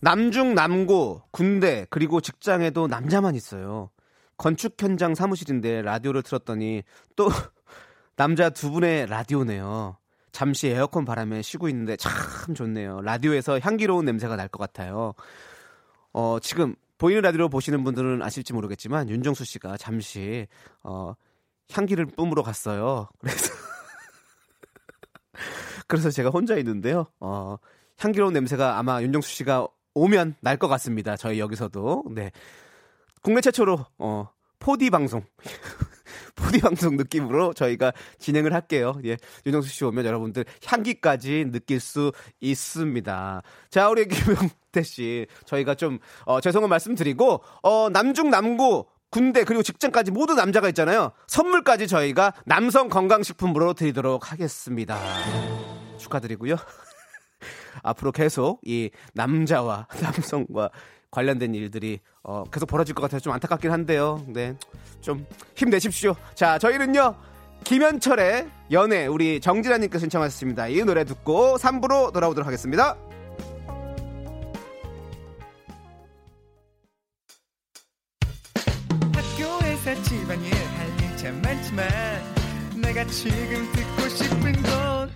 남중 남고 군대 그리고 직장에도 남자만 있어요. 건축 현장 사무실인데 라디오를 틀었더니 또 *laughs* 남자 두 분의 라디오네요. 잠시 에어컨 바람에 쉬고 있는데 참 좋네요. 라디오에서 향기로운 냄새가 날 것 같아요. 어, 지금 보이는 라디오 보시는 분들은 아실지 모르겠지만 윤정수 씨가 잠시 어, 향기를 뿜으러 갔어요. 그래서 그래서 제가 혼자 있는데요. 어, 향기로운 냄새가 아마 윤정수 씨가 오면 날 것 같습니다. 저희 여기서도. 네. 국내 최초로 어 4D 방송. *laughs* 4D 방송 느낌으로 저희가 진행을 할게요. 예. 윤정수 씨 오면 여러분들 향기까지 느낄 수 있습니다. 자, 우리 김영태 씨. 저희가 좀 어, 죄송한 말씀드리고 어 남중 남고 군대 그리고 직장까지 모두 남자가 있잖아요. 선물까지 저희가 남성 건강식품으로 드리도록 하겠습니다. 축하드리고요. *laughs* 앞으로 계속 이 남자와 *laughs* 남성과 관련된 일들이 어, 계속 벌어질 것 같아서 좀 안타깝긴 한데요. 네, 좀 힘내십시오. 자, 저희는요 김현철의 연애 우리 정진아님께 신청하셨습니다. 이 노래 듣고 3부로 돌아오도록 하겠습니다. 학교에서 집안일 할 일 참 많지만 내가 지금 듣고 싶은 건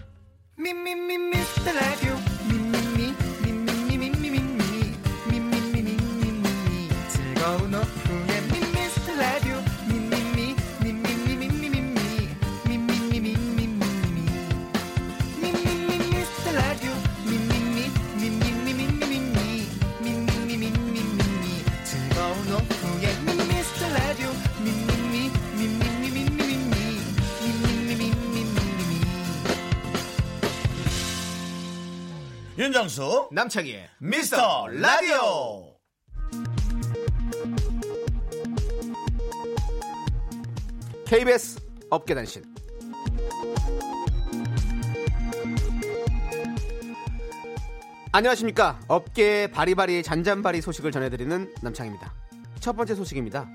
미미미 미스터 라디오 미미미 미미미 미미미 미미미 미미미 즐거운 오후에 미스터 라디오 미미미 미미미 미미미 미미미 미미미 윤정수 남창희의 미스터 라디오 KBS 업계단신 안녕하십니까 업계의 바리바리 잔잔바리 소식을 전해드리는 남창입니다 첫 번째 소식입니다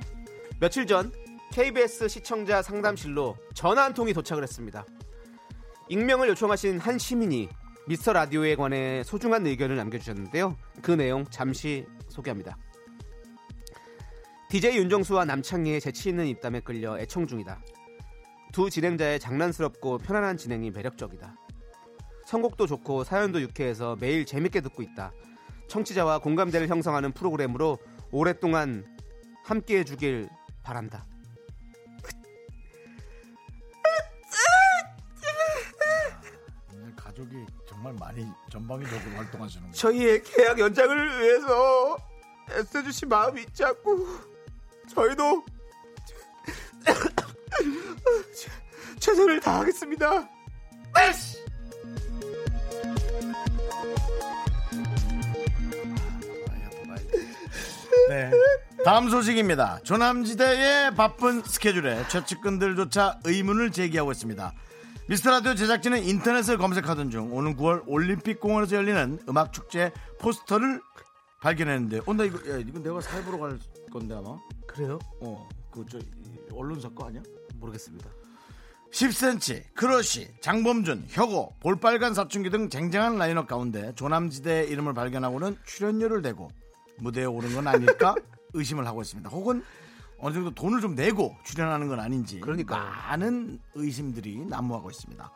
며칠 전 KBS 시청자 상담실로 전화 한 통이 도착을 했습니다 익명을 요청하신 한 시민이 미스터 라디오에 관해 소중한 의견을 남겨주셨는데요 그 내용 잠시 소개합니다 DJ 윤정수와 남창희의 재치 있는 입담에 끌려 애청 중이다. 두 진행자의 장난스럽고 편안한 진행이 매력적이다. 선곡도 좋고 사연도 유쾌해서 매일 재밌게 듣고 있다. 청취자와 공감대를 형성하는 프로그램으로 오랫동안 함께해 주길 바란다. 오늘 가족이 정말 많이 전방위적으로 활동하시는 거예요 저희의 계약 연장을 위해서 애써주신 마음이 있지 않고 저희도 최선을 다하겠습니다. 네. 다음 소식입니다. 조남지대의 바쁜 스케줄에 최측근들조차 의문을 제기하고 있습니다. 미스터라디오 제작진은 인터넷을 검색하던 중 오는 9월 올림픽공원에서 열리는 음악축제 포스터를 발견했는데 어, 나 이거, 야, 이거 내가 사회보러 갈 건데 아마? 그래요? 어, 그, 저, 이 언론사 거 아니야? 모르겠습니다. 10cm, 크러쉬, 장범준, 혁오, 볼빨간 사춘기 등 쟁쟁한 라인업 가운데 조남지대의 이름을 발견하고는 출연료를 내고 무대에 오른 건 아닐까 의심을 하고 있습니다. 혹은 어느 정도 돈을 좀 내고 출연하는 건 아닌지 그러니까요. 많은 의심들이 난무하고 있습니다.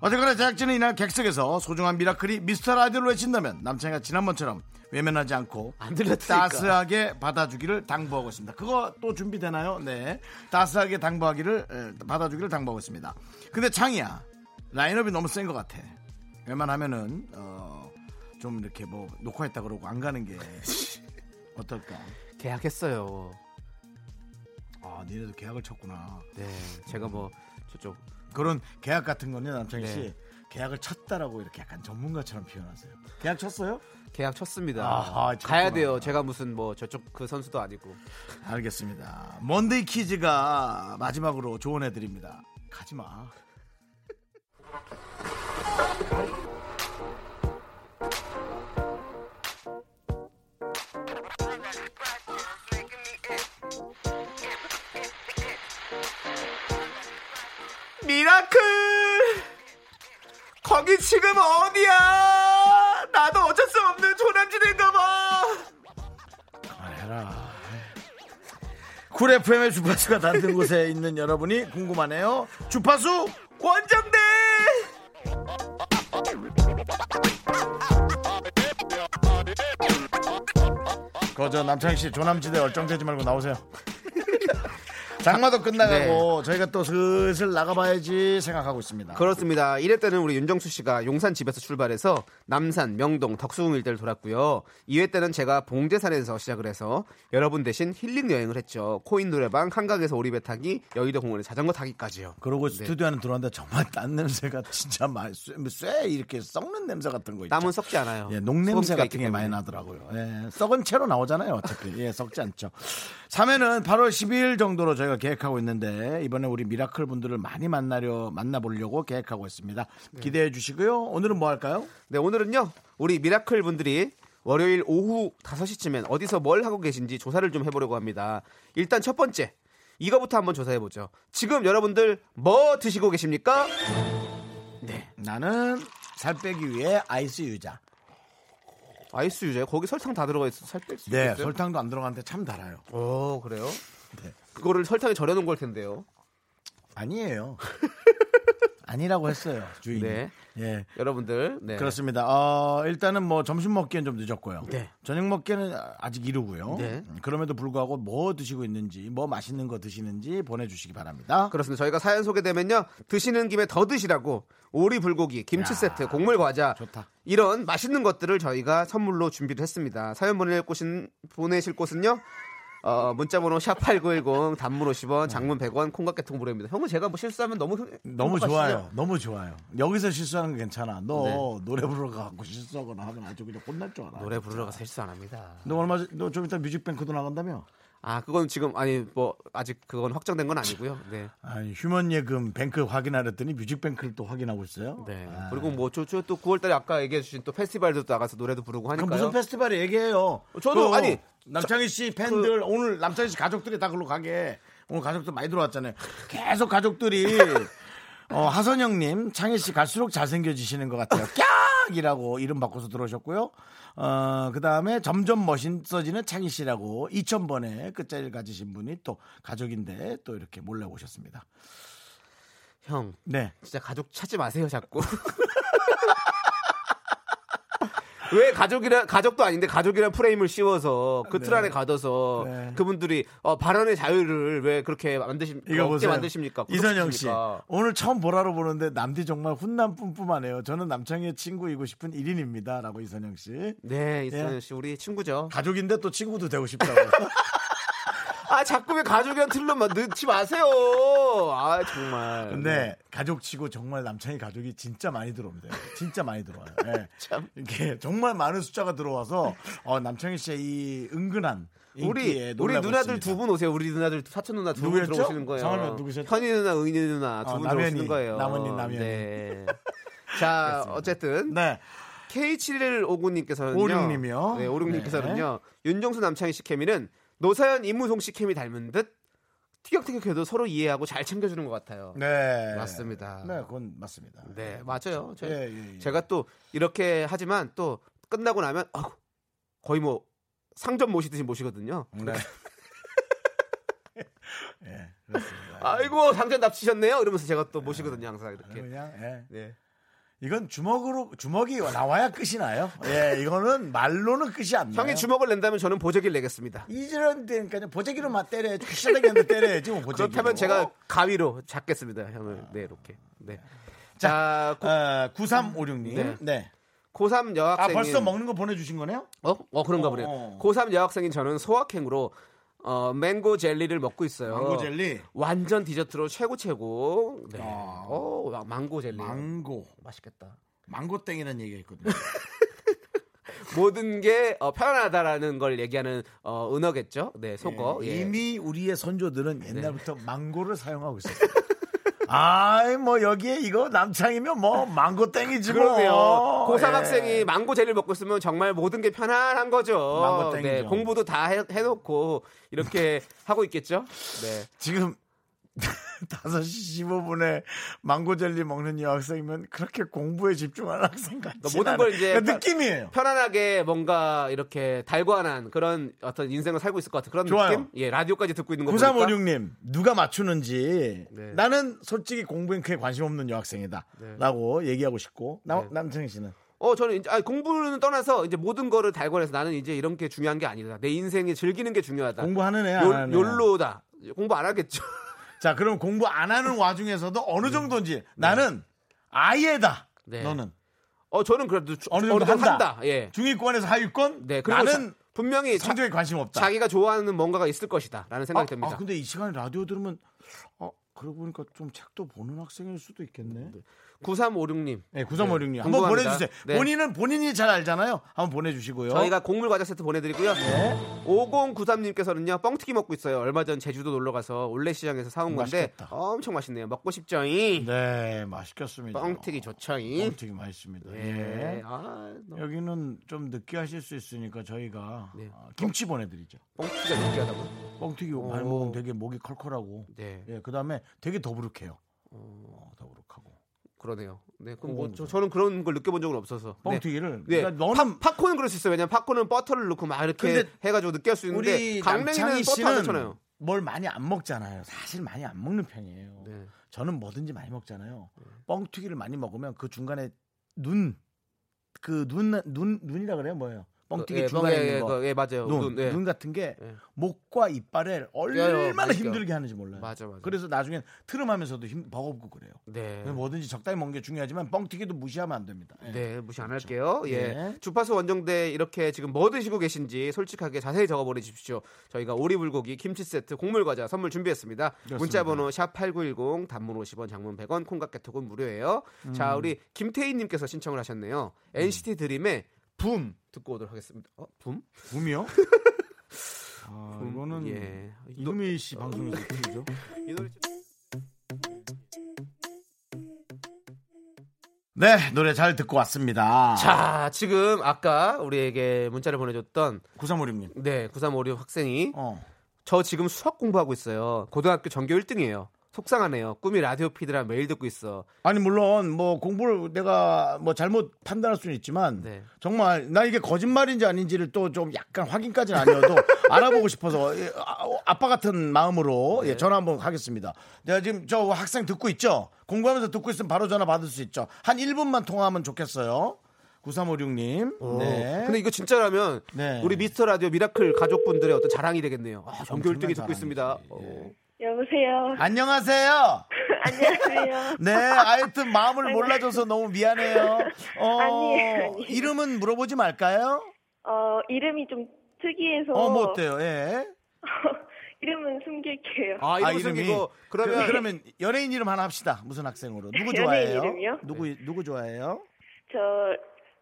어쨌거나 제작진은 이날 객석에서 소중한 미라클이 미스터 라디오를 외친다면 남창이가 지난번처럼 외면하지 않고 안 들렸으니까. 따스하게 받아주기를 당부하고 있습니다. 그거 또 준비되나요? 네. 따스하게 당부하기를 에, 받아주기를 당부하고 있습니다. 근데 창이야 라인업이 너무 센 것 같아. 웬만하면은 어, 좀 이렇게 뭐 녹화했다 그러고 안 가는 게 *laughs* 어떨까? 계약했어요. 아, 니네도 계약을 쳤구나. 네, 제가 뭐 저쪽 그런 계약 같은 거는 남창희 네. 씨 계약을 쳤다라고 이렇게 약간 전문가처럼 표현하세요. 계약 쳤어요? 계약 쳤습니다. 아하, 가야 쳤구나. 돼요. 제가 무슨 뭐 저쪽 그 선수도 아니고. 알겠습니다. 먼데이 키즈가 마지막으로 조언해 드립니다. 가지 마. 미라클, 거기 지금 어디야? 나도 어쩔 수 없는 조남지대인가 봐. 아, 해라. 쿨 FM의 주파수가 *laughs* 닿는 곳에 있는 여러분이 궁금하네요. 주파수 원정대. *laughs* 그저 남창희 씨 조남지대 얼쩡대지 말고 나오세요. 장마도 끝나가고 네. 저희가 또 슬슬 나가봐야지 생각하고 있습니다. 아, 그렇습니다. 이럴 때는 우리 윤정수 씨가 용산 집에서 출발해서 남산, 명동, 덕수궁 일대를 돌았고요. 2회 때는 제가 봉제산에서 시작을 해서 여러분 대신 힐링 여행을 했죠. 코인 노래방, 한강에서 오리배 타기, 여의도 공원에 자전거 타기까지요. 그러고 스튜디오 안에 들어왔는데 정말 땀 냄새가 *laughs* 진짜 많이 쇠, 뭐 쇠 이렇게 썩는 냄새 같은 거 있죠. 땀은 썩지 않아요. 예, 녹냄새 소금기가 같은 있기 게 많이 때문에. 나더라고요. 예, 썩은 채로 나오잖아요. 어차피 예, 썩지 않죠. 3회는 8월 12일 정도로 저희가 계획하고 있는데 이번에 우리 미라클 분들을 많이 만나려 만나보려고 계획하고 있습니다. 기대해 주시고요. 오늘은 뭐 할까요? 네, 오늘은요. 우리 미라클 분들이 월요일 오후 5시쯤엔 어디서 뭘 하고 계신지 조사를 좀 해보려고 합니다. 일단 첫 번째. 이거부터 한번 조사해보죠. 지금 여러분들 뭐 드시고 계십니까? 나는 살 빼기 위해 아이스 유자. 아이스 유자요? 거기 설탕 다 들어가 있어. 살뺄 수 네, 있어요? 설탕도 안 들어가는데 참 달아요. 오 그래요? 네. 그거를 설탕에 절여놓은 걸 텐데요. *laughs* 아니에요. 아니라고 했어요 주인이. 네. 예. 여러분들 네. 그렇습니다. 어, 일단은 뭐 점심 먹기엔 좀 늦었고요. 네. 저녁 먹기에는 아직 이르고요. 네. 음, 그럼에도 불구하고 뭐 드시고 있는지, 뭐 맛있는 거 드시는지 보내주시기 바랍니다. 그렇습니다. 저희가 사연 소개되면요 드시는 김에 더 드시라고 오리 불고기, 김치 야, 세트, 곡물 과자 좋다. 이런 맛있는 것들을 저희가 선물로 준비를 했습니다. 사연 보낼 곳은 보내실 곳은요. 어, 문자번호 샵8910 단문 50원 장문 100원 콩깍개통 무료입니다 형은 제가 뭐 실수하면 너무 흥- 네. 너무 행복하시죠? 좋아요. 너무 좋아요. 여기서 실수하는 거 괜찮아. 너 네. 노래 부르러 가고 실수하거나 하면 아주 그냥 혼날 줄 알아. 노래 부르러 가서 실수 안 합니다 너 얼마 전, 너좀 이따 뮤직뱅크도 나간다며? 아 그건 지금 아니 뭐 아직 그건 확정된 건 아니고요 네 아니, 휴먼 예금 뱅크 확인하랬더니 뮤직뱅크를 또 확인하고 있어요. 네. 아. 그리고 뭐, 저, 저, 또 9월달에 아까 얘기해주신 또 페스티벌도 또 나가서 노래도 부르고 하니까. 그럼 무슨 페스티벌 얘기해요? 어, 그 저도 아니, 그 남창희 씨 팬들 오늘 남창희 씨 가족들이 다 그걸로 가게 오늘 가족들 많이 들어왔잖아요. 계속 *laughs* 가족들이 어, 하선영님 창희 씨 갈수록 잘생겨지시는 것 같아요. 깍이라고 이름 바꿔서 들어오셨고요. 어, 그 다음에 점점 멋있어지는 창희 씨라고 2000번에 끝자리를 가지신 분이 또 가족인데 또 이렇게 몰래 오셨습니다. 형, 네. 진짜 가족 찾지 마세요, 자꾸. *laughs* 왜 가족이라 가족도 아닌데 가족이란 프레임을 씌워서 그 틀 안에 가둬서 네. 그분들이 어, 발언의 자유를 왜 그렇게 만드십 이거 없게 보세요. 만드십니까? 이선영 씨. 구속시킵니까? 오늘 처음 보라로 보는데 남디 정말 훈남 뿜뿜하네요. 저는 남창희의 친구이고 싶은 1인입니다. 라고 이선영 씨. 네, 예. 이선영 씨 우리 친구죠. 가족인데 또 친구도 되고 싶다고. *laughs* 아 자꾸 왜 가족이란 틀로만 넣지 마세요. 아 정말. 근데 네, 가족치고 정말 남창희 가족이 진짜 많이 들어옵니다. 진짜 많이 들어와요. 예. *laughs* 참. 이렇게 정말 많은 숫자가 들어와서 어, 남창희 씨의 이 은근한 우리 인기에 우리 놀라고 누나들 있습니다. 두 분 오세요. 우리 누나들 두- 사촌 누나 두 분 누구였죠? 들어오시는 거예요. 성함이 누구셨죠? 현희 누나, 은희 누나 아, 두 분 남현이, 들어오시는 거예요. 남은이, 남현이. 네. *laughs* 자, 어쨌든 네. K7159님께서는요. 오륙님이요? 네. 네, 오륙님께서는요. 윤정수 남창희 씨 케미는 노사연 임무송 씨 케미 닮은 듯 티격태격해도 서로 이해하고 잘 챙겨주는 것 같아요. 네. 맞습니다. 네, 그건 맞습니다. 네, 맞아요. 저, 예, 예, 예. 제가 또 이렇게 하지만 또 끝나고 나면 아우, 거의 뭐 상점 모시듯이 모시거든요. 네. 예, 그렇습니다. 아이고 당장 납치셨네요 이러면서 제가 또 모시거든요 항상 이렇게 그냥 예. 네. 이건 주먹으로 주먹이 나와야 끝이 *laughs* 나요. 예, 이거는 말로는 끝이 안 나요. 형이 주먹을 낸다면 저는 보조기를 내겠습니다 이런 데니까요. 보자기로 만 때려야지. 시작했는데 때려야지. 뭐 보자기로. 아. 그렇다면 제가 가위로 잡겠습니다 형을 네 이렇게 네. 자 고, 어, 9356님. 네. 네. 고3 아 여학생인 벌써 먹는 거 보내주신 거네요? 어? 어 그런가 어, 보네요 어. 고3 여학생인 저는 소확행으로 어, 맹고 젤리를 먹고 있어요 네. 망고 젤리. 완전 디저트로 최고 최고 네. 아. 어, 와- 망고 젤리 망고. 맛있겠다 망고땡이라는 얘기가 *laughs* 있거든요. 모든 게 어, 편하다라는 걸 얘기하는 어, 은어겠죠 네 속어 예. 네. 이미 우리의 선조들은 옛날부터 망고를 사용하고 *laughs* 있었어요. 아이 뭐 여기에 이거 남창이면 뭐 망고땡이지 뭐. 그러네요. 고3 예. 학생이 망고 젤리를 먹고 있으면 정말 모든 게 편안한 거죠. 망고 네, 땡이죠. 공부도 다 해, 해놓고 *laughs* 이렇게 하고 있겠죠. 네. 지금 *laughs* 5시 15분에 망고젤리 먹는 여학생이면 그렇게 공부에 집중하는 학생 같지 그러니까 모든 걸 이제 편- 느낌이에요. 편안하게 뭔가 이렇게 달관한 그런 어떤 인생을 살고 있을 것 같은 그런 좋아요. 느낌? 예, 라디오까지 듣고 있는 거 보니까 9356님 누가 맞추는지 네. 나는 솔직히 공부엔 크게 관심 없는 여학생이다 네. 라고 얘기하고 싶고 나, 네. 남창희 씨는 어 저는 이제 아니, 공부는 떠나서 이제 모든 거를 달관해서 나는 이제 이런 게 중요한 게 아니다. 내 인생이 즐기는 게 중요하다. 공부하는 애안 요- 하는 애야? 욜로다. 공부 안 하겠죠. *laughs* 자, 그럼 공부 안 하는 와중에서도 어느 정도인지 나는 아예다. 네. 너는 어 저는 그래도 주- 어느 정도 한다. 한다. 예. 중위권에서 하위권. 네. 그리고 나는 자- 분명히 자, 성적에 관심 없다. 기가 좋아하는 뭔가가 있을 것이다라는 아, 생각이 듭니다. 아, 근데 이 시간에 라디오 들으면 어, 그러고 보니까 좀 책도 보는 학생일 수도 있겠네. 9356님. 네, 구삼오육님 네, 한번 궁금합니다. 보내주세요. 네. 본인은 본인이 잘 알잖아요. 한번 보내주시고요. 저희가 곡물 과자 세트 보내드리고요. 5093님께서는요 뻥튀기 먹고 있어요. 얼마 전 제주도 놀러 가서 올레시장에서 사온 건데 맛있겠다. 엄청 맛있네요. 먹고 싶죠잉. 네, 맛있겠습니다. 뻥튀기 좋죠잉. 뻥튀기 맛있습니다. 예. 예. 아, 너무 여기는 좀 느끼하실 수 있으니까 저희가 네. 어. 어, 김치 보내드리죠. 뻥튀기가 느끼하다고. 뻥튀기 많이 오. 먹으면 되게 목이 컬컬하고 네. 예, 그다음에 되게 더부룩해요. 어, 더부룩하고 그러네요. 네, 그럼 뭐 저, 저는 그런 걸 느껴본 적은 없어서. 뻥튀기를 네. 그러니까 네. 너는 파, 콘은 그럴 수 있어요. 왜냐면 파콘은 버터를 넣고 막 이렇게 근데 해가지고 느끼할 수 있는데 우리 강냉이는 남창희 버터 안 씨는 넣잖아요. 뭘 많이 안 먹잖아요. 사실 많이 안 먹는 편이에요. 네. 저는 뭐든지 많이 먹잖아요. 뻥튀기를 많이 먹으면 그 중간에 눈, 그 눈, 눈, 눈이라 그래요? 뭐예요? 뻥튀기 예, 중간에 예, 있는 예, 거. 그, 예, 맞아요. 눈, 예. 눈 같은 게 예. 목과 이빨을 예, 예, 얼마나 맛있죠. 힘들게 하는지 몰라요. 맞아, 맞아. 그래서 나중엔 트름하면서도 힘 버겁고 그래요. 네. 그래서 뭐든지 적당히 먹는 게 중요하지만 뻥튀기도 무시하면 안 됩니다. 예. 네, 무시 안 할게요. 예. 네. 주파수 원정대 이렇게 지금 뭐 드시고 계신지 솔직하게 자세히 적어 보내주십시오. 저희가 오리불고기, 김치 세트, 곡물 과자 선물 준비했습니다. 문자 번호 샵8910 단문 50원, 장문 100원, 콩깍개톡은 무료예요. 자, 우리 김태희 님께서 신청을 하셨네요. NCT 드림의 붐 듣고 오도록 하겠습니다. 어, 음. 붐? 붐이요? 아, 이거는 어, 예. 이금희 씨 방송에서 들리죠? 이 노래 네, 노래 잘 듣고 왔습니다. 자, 지금 아까 우리에게 문자를 보내줬던 구사모림님. 네, 9356 학생이 어. 저 지금 수학 공부하고 있어요. 고등학교 전교 1등이에요. 속상하네요. 꿈이 라디오 피드라 매일 듣고 있어. 아니 물론 뭐 공부를 내가 뭐 잘못 판단할 수는 있지만 네. 정말 나 이게 거짓말인지 아닌지를 또 좀 약간 확인까지는 아니어도 *laughs* 알아보고 싶어서 이- 아- 아빠 같은 마음으로 네. 예, 전화 한번 하겠습니다. 내가 지금 저 학생 듣고 있죠? 공부하면서 듣고 있으면 바로 전화 받을 수 있죠. 한 1분만 통화하면 좋겠어요. 9356님. 네. 어, 근데 이거 진짜라면 네. 우리 미스터 라디오 미라클 가족분들의 어떤 자랑이 되겠네요. 아, 전교 엄청난 1등이 듣고 있습니다. 자랑이지. 예. 어. 여보세요. 안녕하세요. *laughs* 안녕하세요. 네, 하여튼 마음을 몰라줘서 너무 미안해요. 어, 아니에요, 아니에요. 이름은 물어보지 말까요? 어, 이름이 좀 특이해서. 어, 뭐 어때요? 예. 이름은 숨길게요. 아, 이름 숨기고 그러면 그, 그러면 연예인 이름 하나 합시다. 무슨 학생으로? 누구 연예인 좋아해요? 이름이요? 누구 네. 누구 좋아해요? 저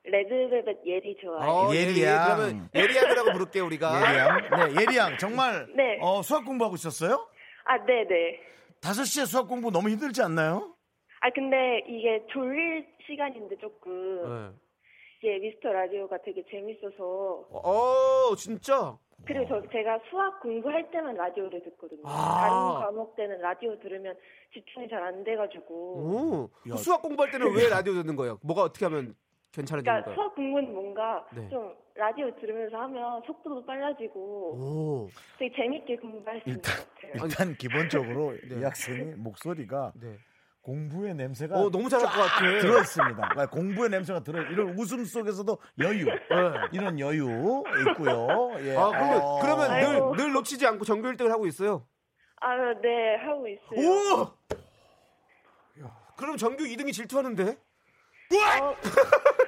레드벨벳 예리 좋아해요. 어, 예리, 예리양. 그러면 예리양이라고 부를게요, 우리가. 예리양. 네, 예리양 정말 아. 네. 어, 수학 공부하고 있었어요? 아, 네네. 5시에 수학 공부 너무 힘들지 않나요? 아, 근데 이게 졸릴 시간인데 조금. 네. 이게 미스터 라디오가 되게 재밌어서. 어, 진짜. 그리고 저 제가 수학 공부할 때만 라디오를 듣거든요. 아. 다른 과목 때는 라디오 들으면 집중이 잘 안 돼가지고. 오. 야. 수학 공부할 때는 왜 라디오 듣는 거예요? 뭐가 어떻게 하면 괜찮아지는 그러니까 거예요? 수학 공부는 뭔가 네. 좀 라디오 들으면서 하면 속도도 빨라지고 오. 되게 재밌게 공부할 수 있는 것 같아요. 일단 기본적으로 네. 이 학생이 목소리가 네. 공부의 냄새가 어, 너무 잘할 것 같아. 들어 있습니다. 공부의 냄새가 들어 이런 웃음 속에서도 여유 이런 여유 있고요. 예. 네. 아, 그러면, 어. 그러면 아이고. 늘, 늘 놓치지 않고 전교 1등을 하고 있어요. 아, 네, 하고 있어요. 오! 그럼 전교 2등이 질투하는데?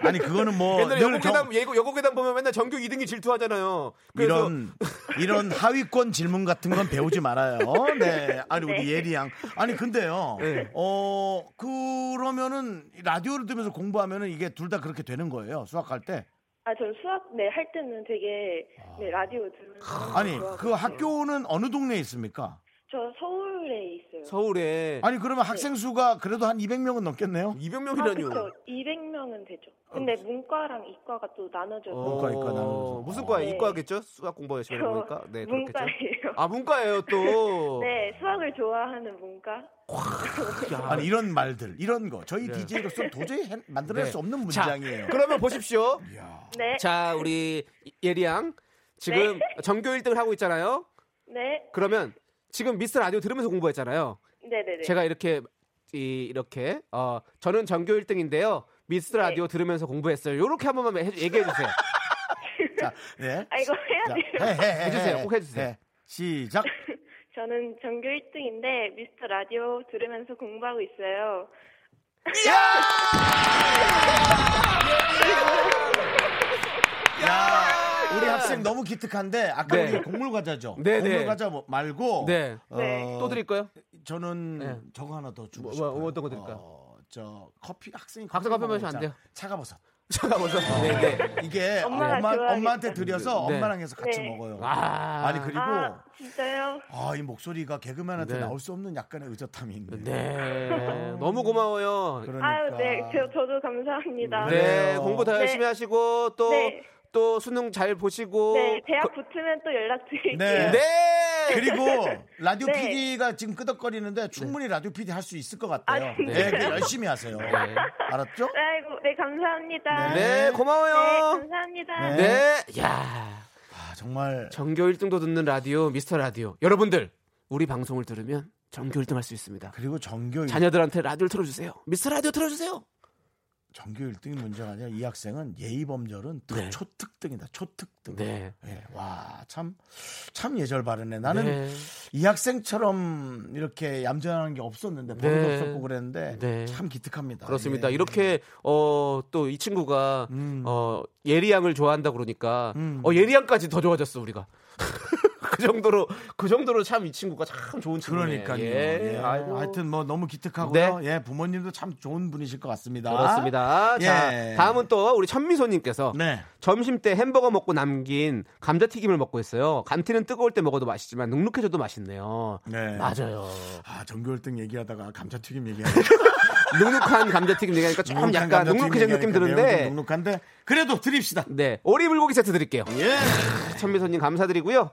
아니 그거는 옛날에 어, 뭐늘 여고괴담, 예고- 여고괴담 보면 맨날 전교 2등이 질투하잖아요. 그래서 이런 이런 하위권 질문 같은 건 배우지 말아요. 네. 아니 우리 네. 예리 양. 아니 근데요. 네. 어 그러면은 이 라디오를 들으면서 공부하면은 이게 둘 다 그렇게 되는 거예요. 수학할 때. 아, 저 수학 네 할 때는 되게 네 라디오 들으면서 아. 아니 좋아하거든요. 그 학교는 어느 동네에 있습니까? 저 서울에 있어요. 서울에 아니 그러면 학생 수가 그래도 한 200명은 넘겠네요. 200명이라뇨. 그렇죠. 200명은 되죠. 아, 근데 문과랑 이과가 또 나눠져서 문과, 이과 나눠서. 어, 무슨 과야? 네. 이과겠죠? 수학 공부 열심히 저 하니까. 네, 그렇겠죠. 문과예요. 아, 문과예요, 어. 또. *laughs* 네, 수학을 좋아하는 문과. 야, 아니 이런 말들 이런 거 저희 DJ로서 도저히 해- 만들어낼 네. 수 없는 자, 문장이에요. 그러면 보십시오. 네, 자, 우리 예리양. *laughs* 지금 전교 1등을 하고 있잖아요. 네, 그러면 지금 미스 라디오 들으면서 공부했잖아요. 네, 네, 네. 제가 이렇게 이, 이렇게 어 저는 전교 1등인데요. 미스 네. 라디오 들으면서 공부했어요. 이렇게 한 번만 해- 얘기해 주세요. 자, 네. 아 이거 해야 자, 돼요. 해, 네. 해, 해, 해주세요. 꼭 해주세요. 해. 시작. 저 저는 전교 1등인데 미스터 라디오 들으면서 공부하고 있어요. 우리 학생 너무 기특한데 아까 네. 우리 곡물 과자죠. 네, 곡물 네. 과자 뭐- 말고 네. 어, 네. 또 드릴까요? 저는 네. 저거 하나 더 주고 뭐, 싶어요. 뭐 어떤 거 드릴까요? 어, 저 커피 학생이 학생 커피 마시면 안 먹으면 돼요. 차가버섯. 잠깐만요. 네, 네. 이게 엄마가 엄마 좋아하겠다. 엄마한테 드려서 네. 엄마랑 해서 같이 네. 먹어요. 아. 아니 그리고 아 진짜요? 아, 이 목소리가 개그맨한테 네. 나올 수 없는 약간의 의젓함이 있네. 네. 너무 고마워요. 그러니까. 아유 네, 저, 저도 감사합니다. 네. 네, 그래요. 공부 더 열심히 네. 하시고 또 또 네. 수능 잘 보시고 네, 대학 거- 붙으면 또 연락드릴게요. 어, 네. 네. *laughs* 그리고 라디오 네. PD가 지금 끄덕거리는데 충분히 라디오 PD 할 수 있을 것 같아요. 네, 아, 진짜요? 그 열심히 하세요. 알았죠? 아이고, 네, 감사합니다. 네, 고마워요. 네, 감사합니다. 네. 네. 야. 아, 정말 전교 1등도 듣는 라디오 미스터 라디오. 여러분들 우리 방송을 들으면 전교 1등 할 수 있습니다. 그리고 정교 일- 자녀들한테 라디오를 틀어 주세요. 미스터 라디오 틀어 주세요. 정교 1등이 문제가 아니라 이 학생은 예의 범절은 또 네. 초특등이다. 초특등. 네. 예, 와, 참, 참 예절 바르네. 나는 네. 이 학생처럼 이렇게 얌전한 게 없었는데, 버릇 네. 없었고 그랬는데, 네. 참 기특합니다. 그렇습니다. 예. 이렇게 어 또 이 친구가 음. 어 예리양을 좋아한다 그러니까 음. 어 예리양까지 더 좋아졌어 우리가. *laughs* 그 정도로 그 정도로 참 이 친구가 참 좋은 친구네. 그러니까요. 예. 예. 아이고. 네. 하여튼 뭐 너무 기특하고요. 예, 부모님도 참 좋은 분이실 것 같습니다. 그렇습니다. 자, 예. 다음은 또 우리 천미소님께서 네. 점심 때 햄버거 먹고 남긴 감자튀김을 먹고 있어요. 감튀는 뜨거울 때 먹어도 맛있지만 눅눅해져도 맛있네요. 네. 맞아요. 아, 전교 1등 얘기하다가 감자튀김 얘기하니까 *laughs* 눅눅한 감자튀김 얘기하니까 좀 눅눅한 약간 감자튀김 눅눅해진 느낌 얘기하니까 매우 드는데. 좀 눅눅한데 그래도 드립시다. 네, 오리 불고기 세트 드릴게요. 예. 네. 천미소님 감사드리고요.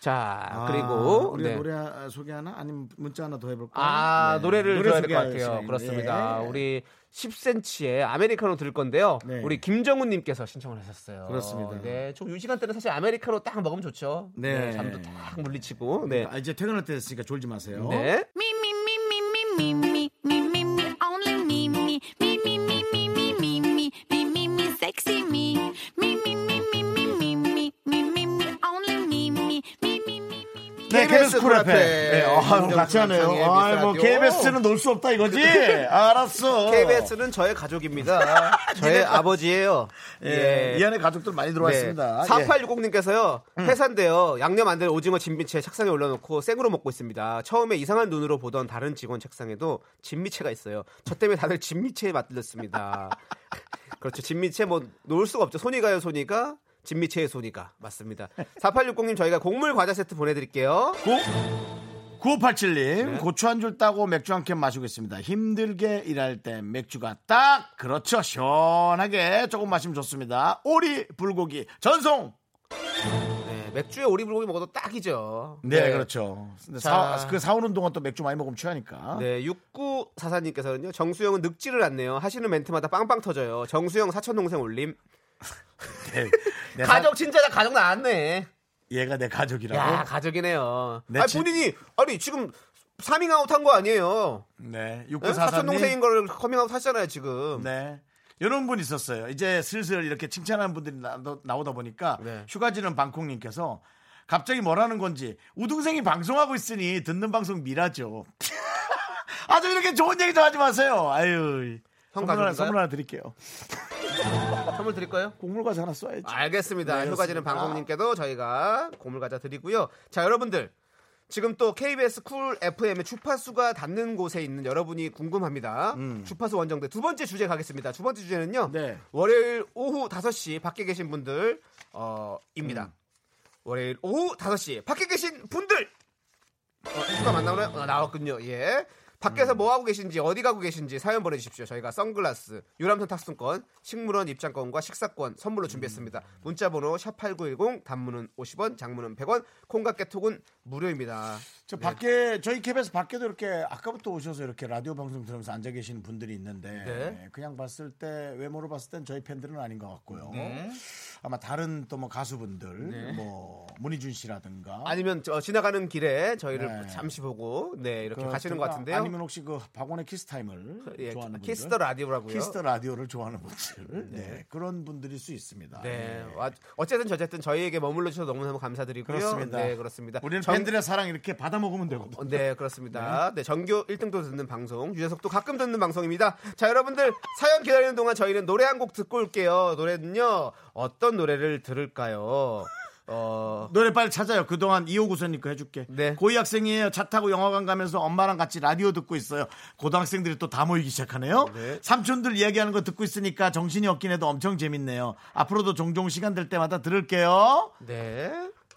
자, 그리고 아, 우리 네. 노래 아, 소개 하나 아니면 문자 하나 더 해볼까요? 아, 네. 노래를 들어야 될 것 소개할 같아요. 시간인데. 그렇습니다. 예. 우리 10cm의 아메리카노 들을 건데요. 네. 우리 김정훈님께서 신청을 하셨어요. 그렇습니다. 네, 좀이 시간대는 사실 아메리카노 딱 먹으면 좋죠. 네. 네, 잠도 딱 물리치고. 네. 아, 이제 퇴근할 때 됐으니까 졸지 마세요. 네. Me, me, me, me, me, me, me, me, me, me, only me, me, me, me, me, me, me, me, me, me, me, me, sexy me. Me, me, me, me, me, me, me, me, me, me, only me, me, me, me, me. 네, KBS 쿨 앞에. 앞에. 네, 아, 같이 하네요. 김정은 아, 뭐 미스라디오. KBS는 놀 수 없다 *laughs* 이거지? 알았어. 네. KBS는 저의 *laughs* 가족입니다. 저의 아버지예요. 예. 이 안에 가족들 많이 들어왔습니다. 예. 음. 4860님께서요, 네. 회사인데요, 양념 안 된 오징어 진미채 책상에 올려놓고 생으로 먹고 있습니다. 처음에 이상한 눈으로 보던 다른 직원 책상에도 진미채가 있어요. 저 때문에 다들 진미채에 맞들렸습니다. *laughs* 그렇죠. 진미채 뭐, 놓을 수가 없죠. 손이 가요, 손이가. 진미채의 손이가. 맞습니다. 4860님, 저희가 곡물 과자 세트 보내드릴게요. 네. 9587님 고추 한 줄 따고 맥주 한 캔 마시고 있습니다. 힘들게 일할 땐 맥주가 딱 그렇죠 시원하게 조금 마시면 좋습니다. 오리 불고기 전송. 네, 맥주에 오리불고기 먹어도 딱이죠. 네, 그렇죠. 근데 자. 사, 그 사오는 동안 또 맥주 많이 먹으면 취하니까. 네, 6944님께서는요. 정수영은 늙지를 않네요. 하시는 멘트마다 빵빵 터져요. 정수영 사촌 동생 올림. 내, *laughs* 내 사- 가족 진짜 나 가족 나왔네. 얘가 내 가족이라고. 야, 가족이네요. 네, 아니 진- 본인이 아니 지금 사밍아웃 한 거 아니에요. 네, 네? 사촌 동생인 6944님. 거를 커밍아웃 하잖아요, 지금. 네. 이런 분 있었어요. 이제 슬슬 이렇게 칭찬하는 분들이 나, 오다 보니까 네. 휴가지는 방콕님께서 갑자기 뭐라는 건지 우등생이 방송하고 있으니 듣는 방송 미라죠. *laughs* 아주 이렇게 좋은 얘기 좀 하지 마세요. 아유. 형 선물 하나, 가져올까요? 선물 하나 드릴게요. 선물 드릴 거예요? 곡물 과자 하나 쏴야지. 알겠습니다. 네, 휴가지는 그렇습니다. 방송님께도 저희가 고물 과자 드리고요. 자, 여러분들. 지금 또 KBS 쿨 FM의 주파수가 닿는 곳에 있는 여러분이 궁금합니다. 주파수 원정대 두 번째 주제 가겠습니다. 두 번째 주제는요. 음. 네. 월요일 오후 5시 밖에 계신 분들 어, 입니다. 음. 월요일 오후 5시 밖에 계신 분들 어, 누가 만나나요? 어, 나왔군요. 예. 밖에서 음. 뭐 하고 계신지 어디 가고 계신지 사연 보내주십시오. 저희가 선글라스, 유람선 탑승권, 식물원 입장권과 식사권 선물로 준비했습니다. 음. 문자번호 샵 #8910 단문은 50원, 장문은 100원, 콩과 깨톡은 무료입니다. 저 밖에 저희 캡에서 밖에도 이렇게 아까부터 오셔서 이렇게 라디오 방송 들으면서 앉아 계시는 분들이 있는데 네. 그냥 봤을 때 외모로 봤을 땐 저희 팬들은 아닌 것 같고요. 네. 아마 다른 또 뭐 가수분들 뭐 문희준 씨라든가 아니면 저 지나가는 길에 저희를 네. 잠시 보고 네 이렇게 그 가시는 것 같은데요. 아니면 그러면 혹시 그 박원의 키스타임을 예, 좋아하는 분들 키스터 라디오라고요. 키스터 라디오를 좋아하는 분들 네. 그런 분들일 수 있습니다. 네. 와, 어쨌든 저쨌든 저희에게 머물러 주셔서 너무너무 감사드리고요. 그렇습니다. 네, 그렇습니다. 우리는 정- 팬들의 사랑 이렇게 받아 먹으면 되거든. 어, 네, 그렇습니다. 네. 정규 1등도 듣는 방송, 유재석도 가끔 듣는 방송입니다. 자, 여러분들 사연 기다리는 동안 저희는 노래 한 곡 듣고 올게요. 노래는요. 어떤 노래를 들을까요? 어, 노래 빨리 찾아요. 그동안 2594님 거 해줄게. 네. 고이 학생이에요. 차 타고 영화관 가면서 엄마랑 같이 라디오 듣고 있어요. 고등학생들이 또 다 모이기 시작하네요. 네. 삼촌들 이야기하는 거 듣고 있으니까 정신이 없긴 해도 엄청 재밌네요. 앞으로도 종종 시간 될 때마다 들을게요. 네.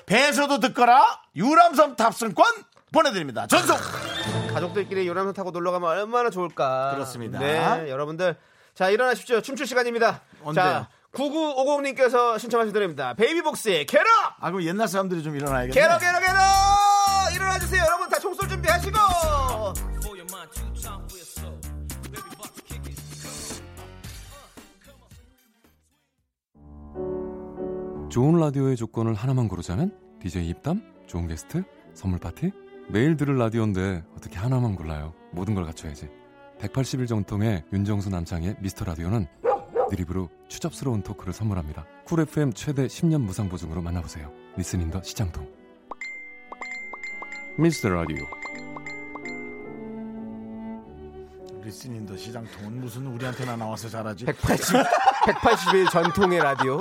배에서도 듣거라. 유람선 탑승권 보내드립니다. 전송! 가족들끼리 요람선 타고 놀러 가면 얼마나 좋을까. 그렇습니다. 네, 여러분들. 자, 일어나십시오. 춤출 시간입니다. 언제요? 자, 9950님께서 신청하신 노래입니다. 베이비복스의 캐럿! 아, 그럼 옛날 사람들이 좀 일어나야겠네. 캐럿, 캐럿, 캐럿! 일어나주세요. 여러분 다 총쏠 준비하시고! 좋은 라디오의 조건을 하나만 고르자면 DJ 입담, 좋은 게스트, 선물 파티 매일 들을 라디오인데 어떻게 하나만 골라요 모든 걸 갖춰야지 180일 정통의 윤정수 남창의 미스터 라디오는 드립으로 추접스러운 토크를 선물합니다 쿨 FM 최대 10년 무상 보증으로 만나보세요 리스닝더 시장동 미스터 라디오 리스닝도 시장통은 무슨 우리한테나 나와서 잘하지. 180, 180일 전통의 라디오.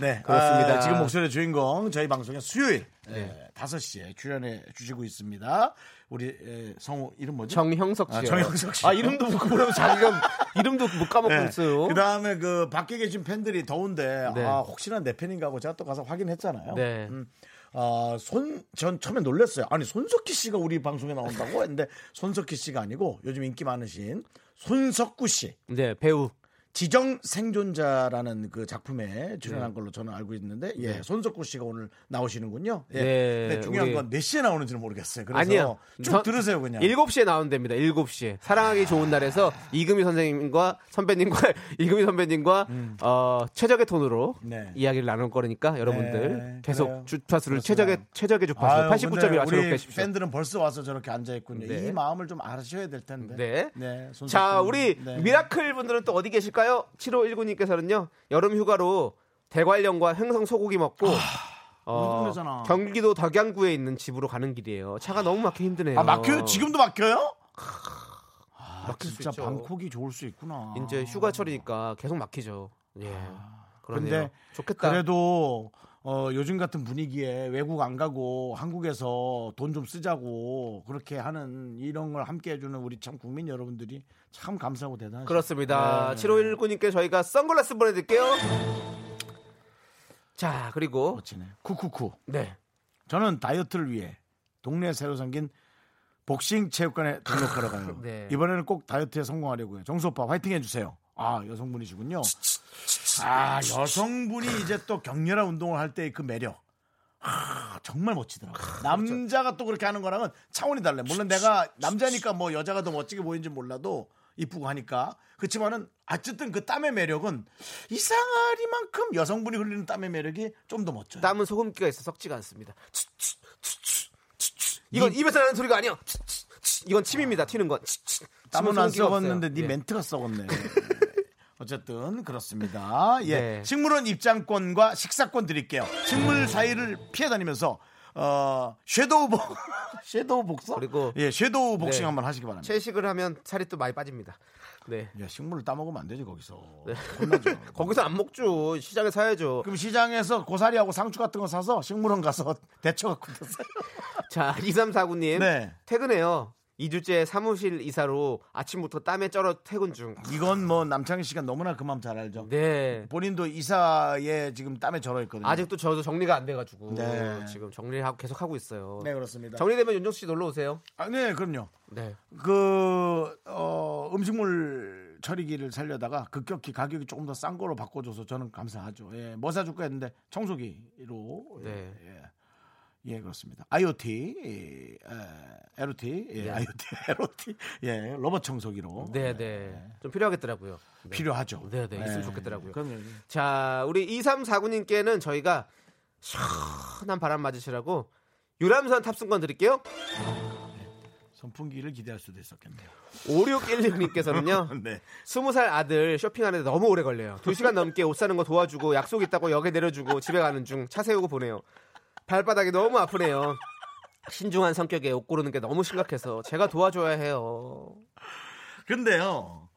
네, 그렇습니다. 아, 지금 목소리의 주인공 저희 방송의 수요일 네. 5시에 출연해 주시고 있습니다. 우리 에, 성우 이름 뭐죠? 정형석 씨. 아, *laughs* 정형석 씨. 아, 이름도 묻고 그러면 *laughs* 자기가 이름도 못 까먹고 있어요. 그 다음에 그 밖에 계신 팬들이 더운데 네. 아 혹시나 내 팬인가 하고 제가 또 가서 확인했잖아요. 네. 음, 아, 손, 전 처음에 놀랐어요. 아니, 손석희 씨가 우리 방송에 나온다고 했는데, 손석희 씨가 아니고, 요즘 인기 많으신 손석구 씨. 네, 배우. 지정 생존자라는 그 작품에 네. 출연한 걸로 저는 알고 있는데 예 손석구 씨가 오늘 나오시는군요. 예. 네, 근데 중요한 우리- 건 몇 시에 나오는지는 모르겠어요. 그래서 아니요. 쭉 전- 들으세요 그냥. 7시에 나온답니다. 7시에. 사랑하기 좋은 날에서 이금희 선생님과 선배님과 *laughs* 이금희 선배님과 어, 최적의 톤으로 음. 네. 이야기를 나눌 거니까 여러분들 네, 계속 그래요. 주파수를 그렇습니다. 최적의 최적의 주파수 아유, 89.1로 근데 우리 맞춰놓으십시오. 팬들은 벌써 와서 저렇게 앉아 있군요. 네. 이 마음을 좀 아셔야 될 텐데. 네. 손석구 자, 님. 우리 네. 미라클 분들은 또 어디 계실까요? 7519님께서는요, 여름 휴가로 대관령과 횡성 소고기 먹고, 아, 우리 어, 동네잖아. 경기도 덕양구에 있는 집으로 가는 길이에요. 차가 너무 막히 힘드네요. 아 막혀요? 지금도 막혀요? 아, 막힐 수 진짜 있죠. 방콕이 좋을 수 있구나. 이제 휴가철이니까 계속 막히죠. 예. 그러네요. 아, 근데 좋겠다. 그래도 어, 요즘 같은 분위기에 외국 안 가고 한국에서 돈 좀 쓰자고 그렇게 하는 이런 걸 함께 해주는 우리 참 국민 여러분들이 참 감사하고 대단하죠. 렇습니다 네. 7519님께 저희가 선글라스 보내드릴게요. 자, 그리고, 멋지네. 쿠쿠쿠. 네. 저는 다이어트를 위해 동네에 새로 생긴 복싱 체육관에 등록하러 가요. 네. 이번에는 꼭 다이어트에 성공하려고요. 정수 오빠 화이팅 해주세요. 아 여성분이시군요. 아 여성분이 이제 또 격렬한 운동을 할 때의 그 매력. 아, 정말 멋지더라고요. 남자가 또 그렇게 하는 거랑은 차원이 달라요. 물론 내가 남자니까 뭐 여자가 더 멋지게 보이는지 몰라도 이쁘고 하니까. 그렇지만은 어쨌든 그 땀의 매력은 이상하리만큼 여성분이 흘리는 땀의 매력이 좀 더 멋져요. 땀은 소금기가 있어 섞지가 않습니다. 치, 치, 치, 치, 치, 치. 이건 입에서 나는 소리가 아니야. 치, 치, 치. 이건 침입니다. 튀는 건. 치, 치. 땀은 침은 안 소금기가 썩었는데 없어요. 네 예. 멘트가 썩었네. *laughs* 어쨌든 그렇습니다. 예, 네. 식물원 입장권과 식사권 드릴게요. 식물 사이를 피해 다니면서 어 섀도우 복 *laughs* 섀도우 복서 그리고- 예 섀도우 복싱 네. 한번 하시기 바랍니다. 채식을 하면 살이 또 많이 빠집니다. 네. 야, 식물을 따먹으면 안 되지 거기서. *laughs* 거기서 안 먹죠. 시장에 사야죠. 그럼 시장에서 고사리하고 상추 같은 거 사서 식물원 가서 *laughs* 데쳐 갖고 드세요. 자, 2349님. 네. 퇴근해요. 2주째 사무실 이사로 아침부터 땀에 쩔어 퇴근 중. 이건 뭐 남창희 씨가 너무나 그 마음 잘 알죠. 네. 본인도 이사에 지금 땀에 절어 있거든요. 아직도 저도 정리가 안 돼가지고 네. 지금 정리를 하고 계속 하고 있어요. 네 그렇습니다. 정리되면 윤정수 씨 놀러 오세요. 아, 네 그럼요. 네. 그 어, 음식물 처리기를 살려다가 급격히 가격이 조금 더 싼 거로 바꿔줘서 저는 감사하죠. 예, 뭐 사줄까 했는데 청소기로 예, 네. 예, 예, 그렇습니다. IoT, 예, LOT, 예, IoT, *laughs* LOT, 예, 로봇 청소기로 네, 예, 네. 좀 필요하겠더라고요. 네. 필요하죠. 네, 네. 있으면 예. 좋겠더라고요. 그럼요. 자, 우리 2349님께는 저희가 시원한 바람 맞으시라고 유람선 탑승권 드릴게요. 선풍기를 기대할 수도 있었겠네요. *laughs* 5616님께서는요. 네. 20살 아들 쇼핑하는데 너무 오래 걸려요. 2시간 넘게 옷 사는 거 도와주고 약속 있다고 역에 내려주고 집에 가는 중 차 세우고 보내요. 발바닥이 너무 아프네요. 신중한 성격에 옷 고르는 게 너무 심각해서 제가 도와줘야 해요. *laughs* 근데요.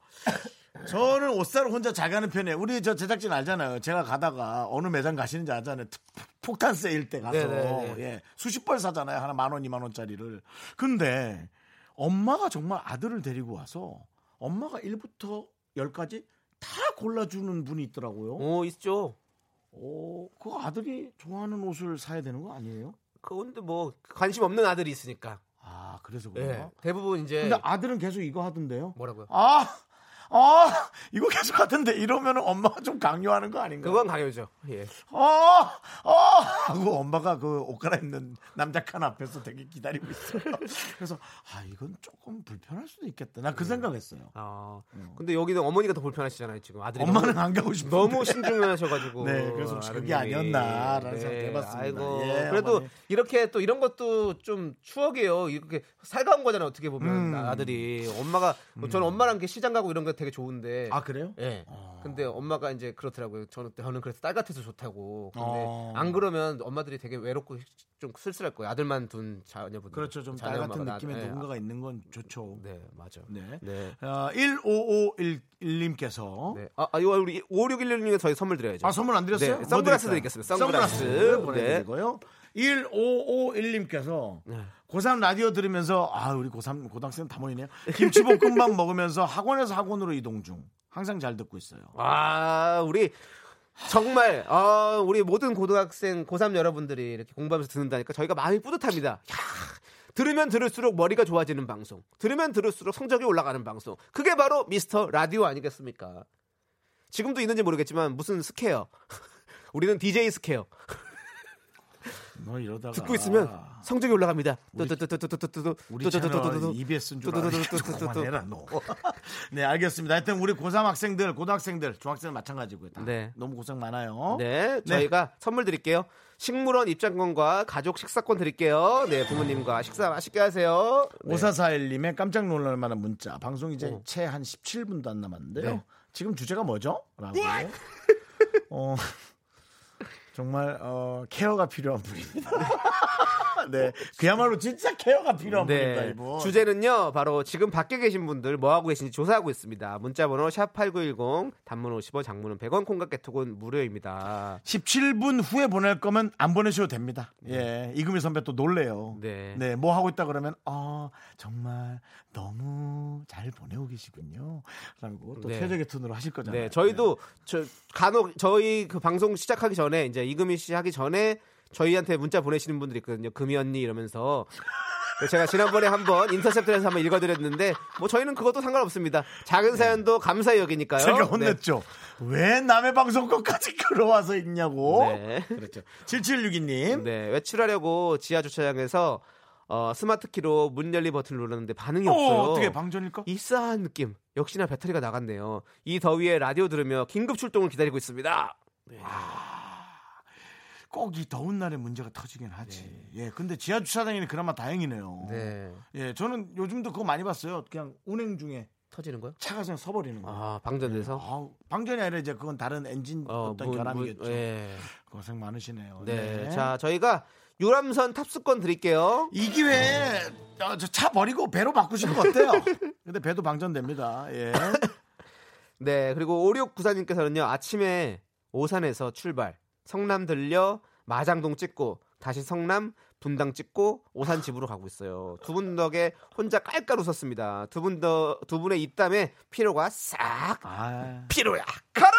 저는 옷 사러 혼자 잘 가는 편이에요. 우리 저 제작진 알잖아요. 제가 가다가 어느 매장 가시는지 알잖아요. 특- 폭탄 세일 때 가서 네네네. 예, 수십 벌 사잖아요. 하나 만 원, 이만 원짜리를. 근데 엄마가 정말 아들을 데리고 와서 엄마가 1부터 10까지 다 골라주는 분이 있더라고요. 오, 어, 있죠. 오, 그거 아들이 좋아하는 옷을 사야 되는 거 아니에요? 그건데 뭐 관심 없는 아들이 있으니까. 아, 그래서 예. 그런가? 대부분 이제 근데 아들은 계속 이거 하던데요. 뭐라고요? 아, 아, 이거 계속 하던데 이러면 엄마가 좀 강요하는 거 아닌가? 그건 강요죠. 예. 어, 어, 하고 엄마가 그 옷 갈아입는 남자 칸 앞에서 되게 기다리고 있어요. 그래서 아 이건 조금 불편할 수도 있겠다. 네. 나 그 생각했어요. 아. 근데 여기는 어머니가 더 불편하시잖아요, 지금. 아들이 엄마는 너무- 안 가고 싶은데. *laughs* 너무 신중하셔가지고 네, 그래서 혹시 그게 아드님이. 네, 아니었나라는 생각 해봤습니다. 아이고, 예, 그래도 어머니. 이렇게 또 이런 것도 좀 추억이에요. 이렇게 살가운 거잖아요. 어떻게 음. 보면 아들이 엄마가 뭐 저는 엄마랑 이렇게 시장 가고 이런 거 되게 좋은데. 아 그래요? 예. 근데 엄마가 이제 그렇더라고요. 저는 저는 그래서 딸 같아서 좋다고. 근데 어. 안 그러면 엄마들이 되게 외롭고 좀 쓸쓸할 거예요. 아들만 둔 자녀분들. 그렇죠. 좀 딸 자녀 같은 엄마가 나- 느낌의 예, 누군가가 있는 건 좋죠. 아, 네, 맞아. 네. 네. 네. 어, 1551님께서 아, 아, 이거 우리 5616님 저희 선물 드려야죠. 아 선물 안 드렸어요? 네, 뭐 선글라스 드릴까요? 드리겠습니다. 선글라스. 네. 보내드리고요. 1551님께서 고3 라디오 들으면서 아 우리 고3 고등학생 다 모이네요. *laughs* 김치볶음밥 먹으면서 학원에서 학원으로 이동 중. 항상 잘 듣고 있어요. 아, 우리 정말 아, 우리 모든 고등학생 고3 여러분들이 이렇게 공부하면서 듣는다니까 저희가 마음이 뿌듯합니다. 야, 들으면 들을수록 머리가 좋아지는 방송. 들으면 들을수록 성적이 올라가는 방송. 그게 바로 미스터 라디오 아니겠습니까? 지금도 있는지 모르겠지만 무슨 스케어. 우리는 DJ 스케어. 너 이러다가 듣고 있으면 성적이 올라갑니다. 또또또또또또또 우리 채널 EBS인 줄 알았는데 그만해라 너. 어. *laughs* 네 알겠습니다. 하여튼 우리 고3 학생들, 고등학생들, 중학생 마찬가지고요. 다. 네. 너무 고생 많아요. 네, 저희가 선물 드릴게요. 식물원 입장권과 가족 식사권 드릴게요. 네, 부모님과 식사 맛있게 하세요. 네. 어. 5441님의 깜짝 놀랄 만한 문자. 방송 이제 채 한 17분도 안 남았는데요. 네. 지금 주제가 뭐죠? 라고. 어, 정말 어, 케어가 필요한 *laughs* 분입니다. 네. 그야말로 진짜 케어가 필요한 분입니다, 네. 이분. 주제는요, 바로 지금 밖에 계신 분들 뭐 하고 계신지 조사하고 있습니다. 문자번호 샵8910, 단문 50원, 장문은 100원, 콩과 개톡은 무료입니다. 17분 후에 보낼 거면 안 보내셔도 됩니다. 예. 이금희 선배 또 놀래요. 네. 뭐 하고 있다 그러면, 아, 정말 너무 잘 보내고 계시군요. 라고 또 네. 최적의 톤으로 하실 거잖아요. 네, 저희도 저 간혹 저희 그 방송 시작하기 전에 이제 이금희 씨 하기 전에 저희한테 문자 보내시는 분들이 있거든요. 금이 언니 이러면서 네, 제가 지난번에 한번 인터셉트에서 한번 읽어드렸는데 뭐 저희는 그것도 상관없습니다. 작은 사연도 감사의 역이니까요. 네. 네. 제가 혼냈죠. 왜 남의 방송 것까지 끌어와서 있냐고. 네. 그렇죠. 7762님. 네. 네, 외출하려고 지하 주차장에서 어, 스마트 키로 문 열리 버튼을 눌렀는데 반응이 어, 네. 없어요. 어떻게 방전일까? 이싸한 느낌. 역시나 배터리가 나갔네요. 이 더위에 라디오 들으며 긴급 출동을 기다리고 있습니다. 꼭 이 더운 날에 문제가 터지긴 하지. 예, 근데 지하 주차장에는 그나마 다행이네요. 네. 예, 저는 요즘도 그거 많이 봤어요. 그냥 운행 중에 터지는 거요? 차가 그냥 서버리는 거. 아, 방전돼서. 아우, 방전이 아니라 이제 그건 다른 엔진 어, 떤 문, 결함이겠죠. 문, 예. 고생 많으시네요. 네. 자, 저희가 유람선 탑승권 드릴게요. 이 기회에 어, 저차 버리고 배로 바꾸시는 거 *laughs* 어때요? 근데 배도 방전됩니다. 예. 네. 그리고 5694님께서는요, 아침에 오산에서 출발, 성남 들려, 마장동 찍고, 다시 성남, 분당 찍고, 오산 집으로 가고 있어요. 두 분 덕에 혼자 깔깔 웃었습니다. 두 분 더, 두 분의 입담에 피로가 싹, 아. 피로야, 가라!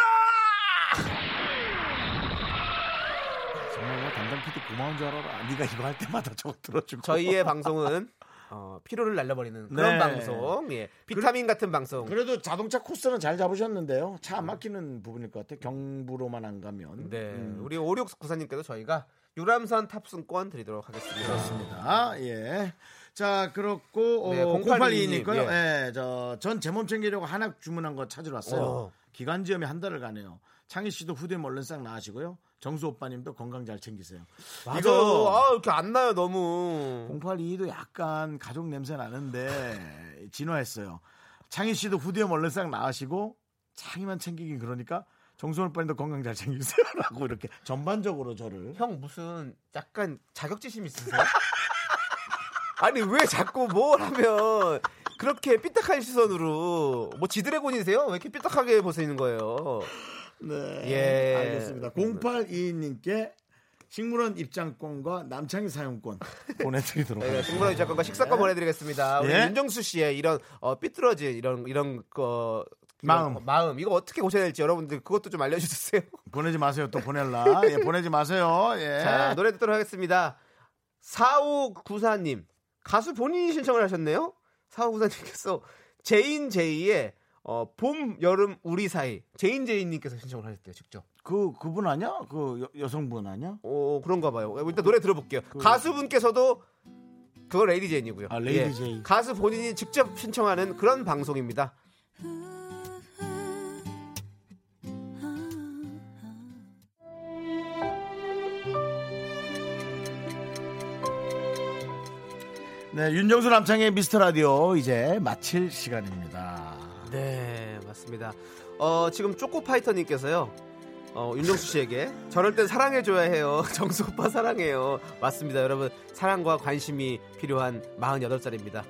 정말 나 담당 PD 고마운 줄 알아라. 네가 이거 할 때마다 저거 들어주고. 저희의 방송은, 어, 피로를 날려버리는 그런 네. 방송, 예. 비타민 같은 방송. *laughs* 그래도 자동차 코스는 잘 잡으셨는데요. 차 안 막히는 부분일 것 같아요. 경부로만 안 가면. 네, 음, 우리 5694님께도 저희가 유람선 탑승권 드리도록 하겠습니다. 그렇습니다. 예. 자, 그렇고 네, 어, 0822 님, 0822니까요. 예. 저전 제 몸 챙기려고 한약 주문한 거 찾으러 왔어요. 어. 기관지염이 한 달을 가네요. 창희 씨도 후대에 얼른 싹 나으시고요. 정수 오빠님도 건강 잘 챙기세요. 맞아. 이거 아, 이렇게 안 나요, 너무. 0822도 약간 가족 냄새 나는데 진화했어요. 창희 씨도 후디에 얼른 싹 나으시고 창희만 챙기긴 그러니까 정수원 오빠님도 건강 잘 챙기세요라고 이렇게 전반적으로 저를 형 무슨 약간 자격지심 있으세요? *laughs* 아니, 왜 자꾸 뭘 하면 그렇게 삐딱한 시선으로 뭐 지드래곤이세요? 왜 이렇게 삐딱하게 보시는 거예요? 네 예. 알겠습니다. 0822님께 식물원 입장권과 남창희 사용권 보내드리도록 네, 하겠습니다. 식물원 작가과 식사권 보내드리겠습니다. 우리 예. 윤정수 씨의 이런 어, 삐뚤어진 이런 이런 거 마음. 이런 마음 이거 어떻게 고쳐야 될지 여러분들 그것도 좀 알려주세요. 보내지 마세요. 또 보낼라. 예, 보내지 마세요. 예. 자 노래 듣도록 하겠습니다. 4594님 가수 본인이 신청을 하셨네요. 4594님께서 제인 제이의 어, 봄 여름 우리 사이 제인 제이님께서 신청을 하셨대요 직접. 그 그분 아니야? 그 여, 성분 아니야? 오 그런가 봐요. 일단 노래 들어볼게요. 가수분께서도 그거 레이디 제인이고요. 그 예. 아, 레이디 제인. 가수 본인이 직접 신청하는 그런 방송입니다. 네, 윤정수 남창의 미스터 라디오 이제 마칠 시간입니다. 네 맞습니다. 어, 지금 쪼꼬파이터님께서요. 어, 윤정수 씨에게 저럴 땐 사랑해줘야 해요. *laughs* 정수 오빠 사랑해요. 맞습니다, 여러분. 사랑과 관심이 필요한 48살입니다.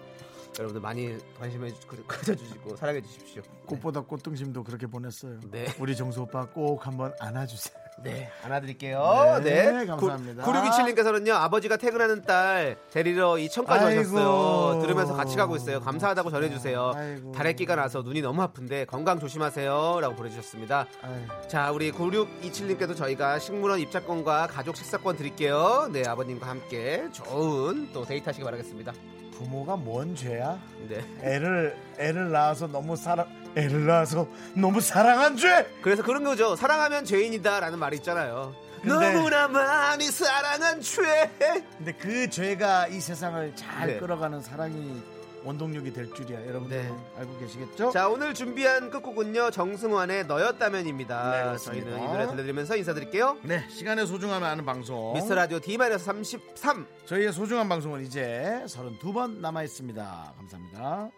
여러분들 많이 관심해 주- 그- 가져주시고 사랑해 주십시오. 네. 꽃보다 꽃등심도 그렇게 보냈어요. 네. 우리 정수 오빠 꼭 한번 안아주세요. 네, 안아드릴게요. 네, 네, 감사합니다. 9627님께서는요, 아버지가 퇴근하는 딸 데리러 이천까지 아이고. 오셨어요. 들으면서 같이 가고 있어요. 감사하다고 전해주세요. 아이고. 달에 끼가 나서 눈이 너무 아픈데 건강 조심하세요. 라고 보내주셨습니다. 아유, 자, 우리 9627님께도 저희가 식물원 입장권과 가족 식사권 드릴게요. 네, 아버님과 함께 좋은 또 데이트 하시기 바라겠습니다. 부모가 뭔 죄야? 네. 애를 애를 낳아서 너무 사랑 애를 낳아서 너무 사랑한 죄. 그래서 그런 거죠. 사랑하면 죄인이다라는 말이 있잖아요. 근데- 너무나 많이 사랑한 죄. 근데 그 죄가 이 세상을 잘 네. 끌어가는 사랑이 원동력이 될 줄이야. 여러분들 네. 알고 계시겠죠? 자 오늘 준비한 끝곡은요 정승환의 네, 너였다면입니다 그렇습니다. 저희는 이 노래 들려드리면서 인사드릴게요 네, 시간의 소중함을 아는 방송. 미스터라디오 D-33 저희의 소중한 방송은 이제 32번 남아 있습니다. 감사합니다.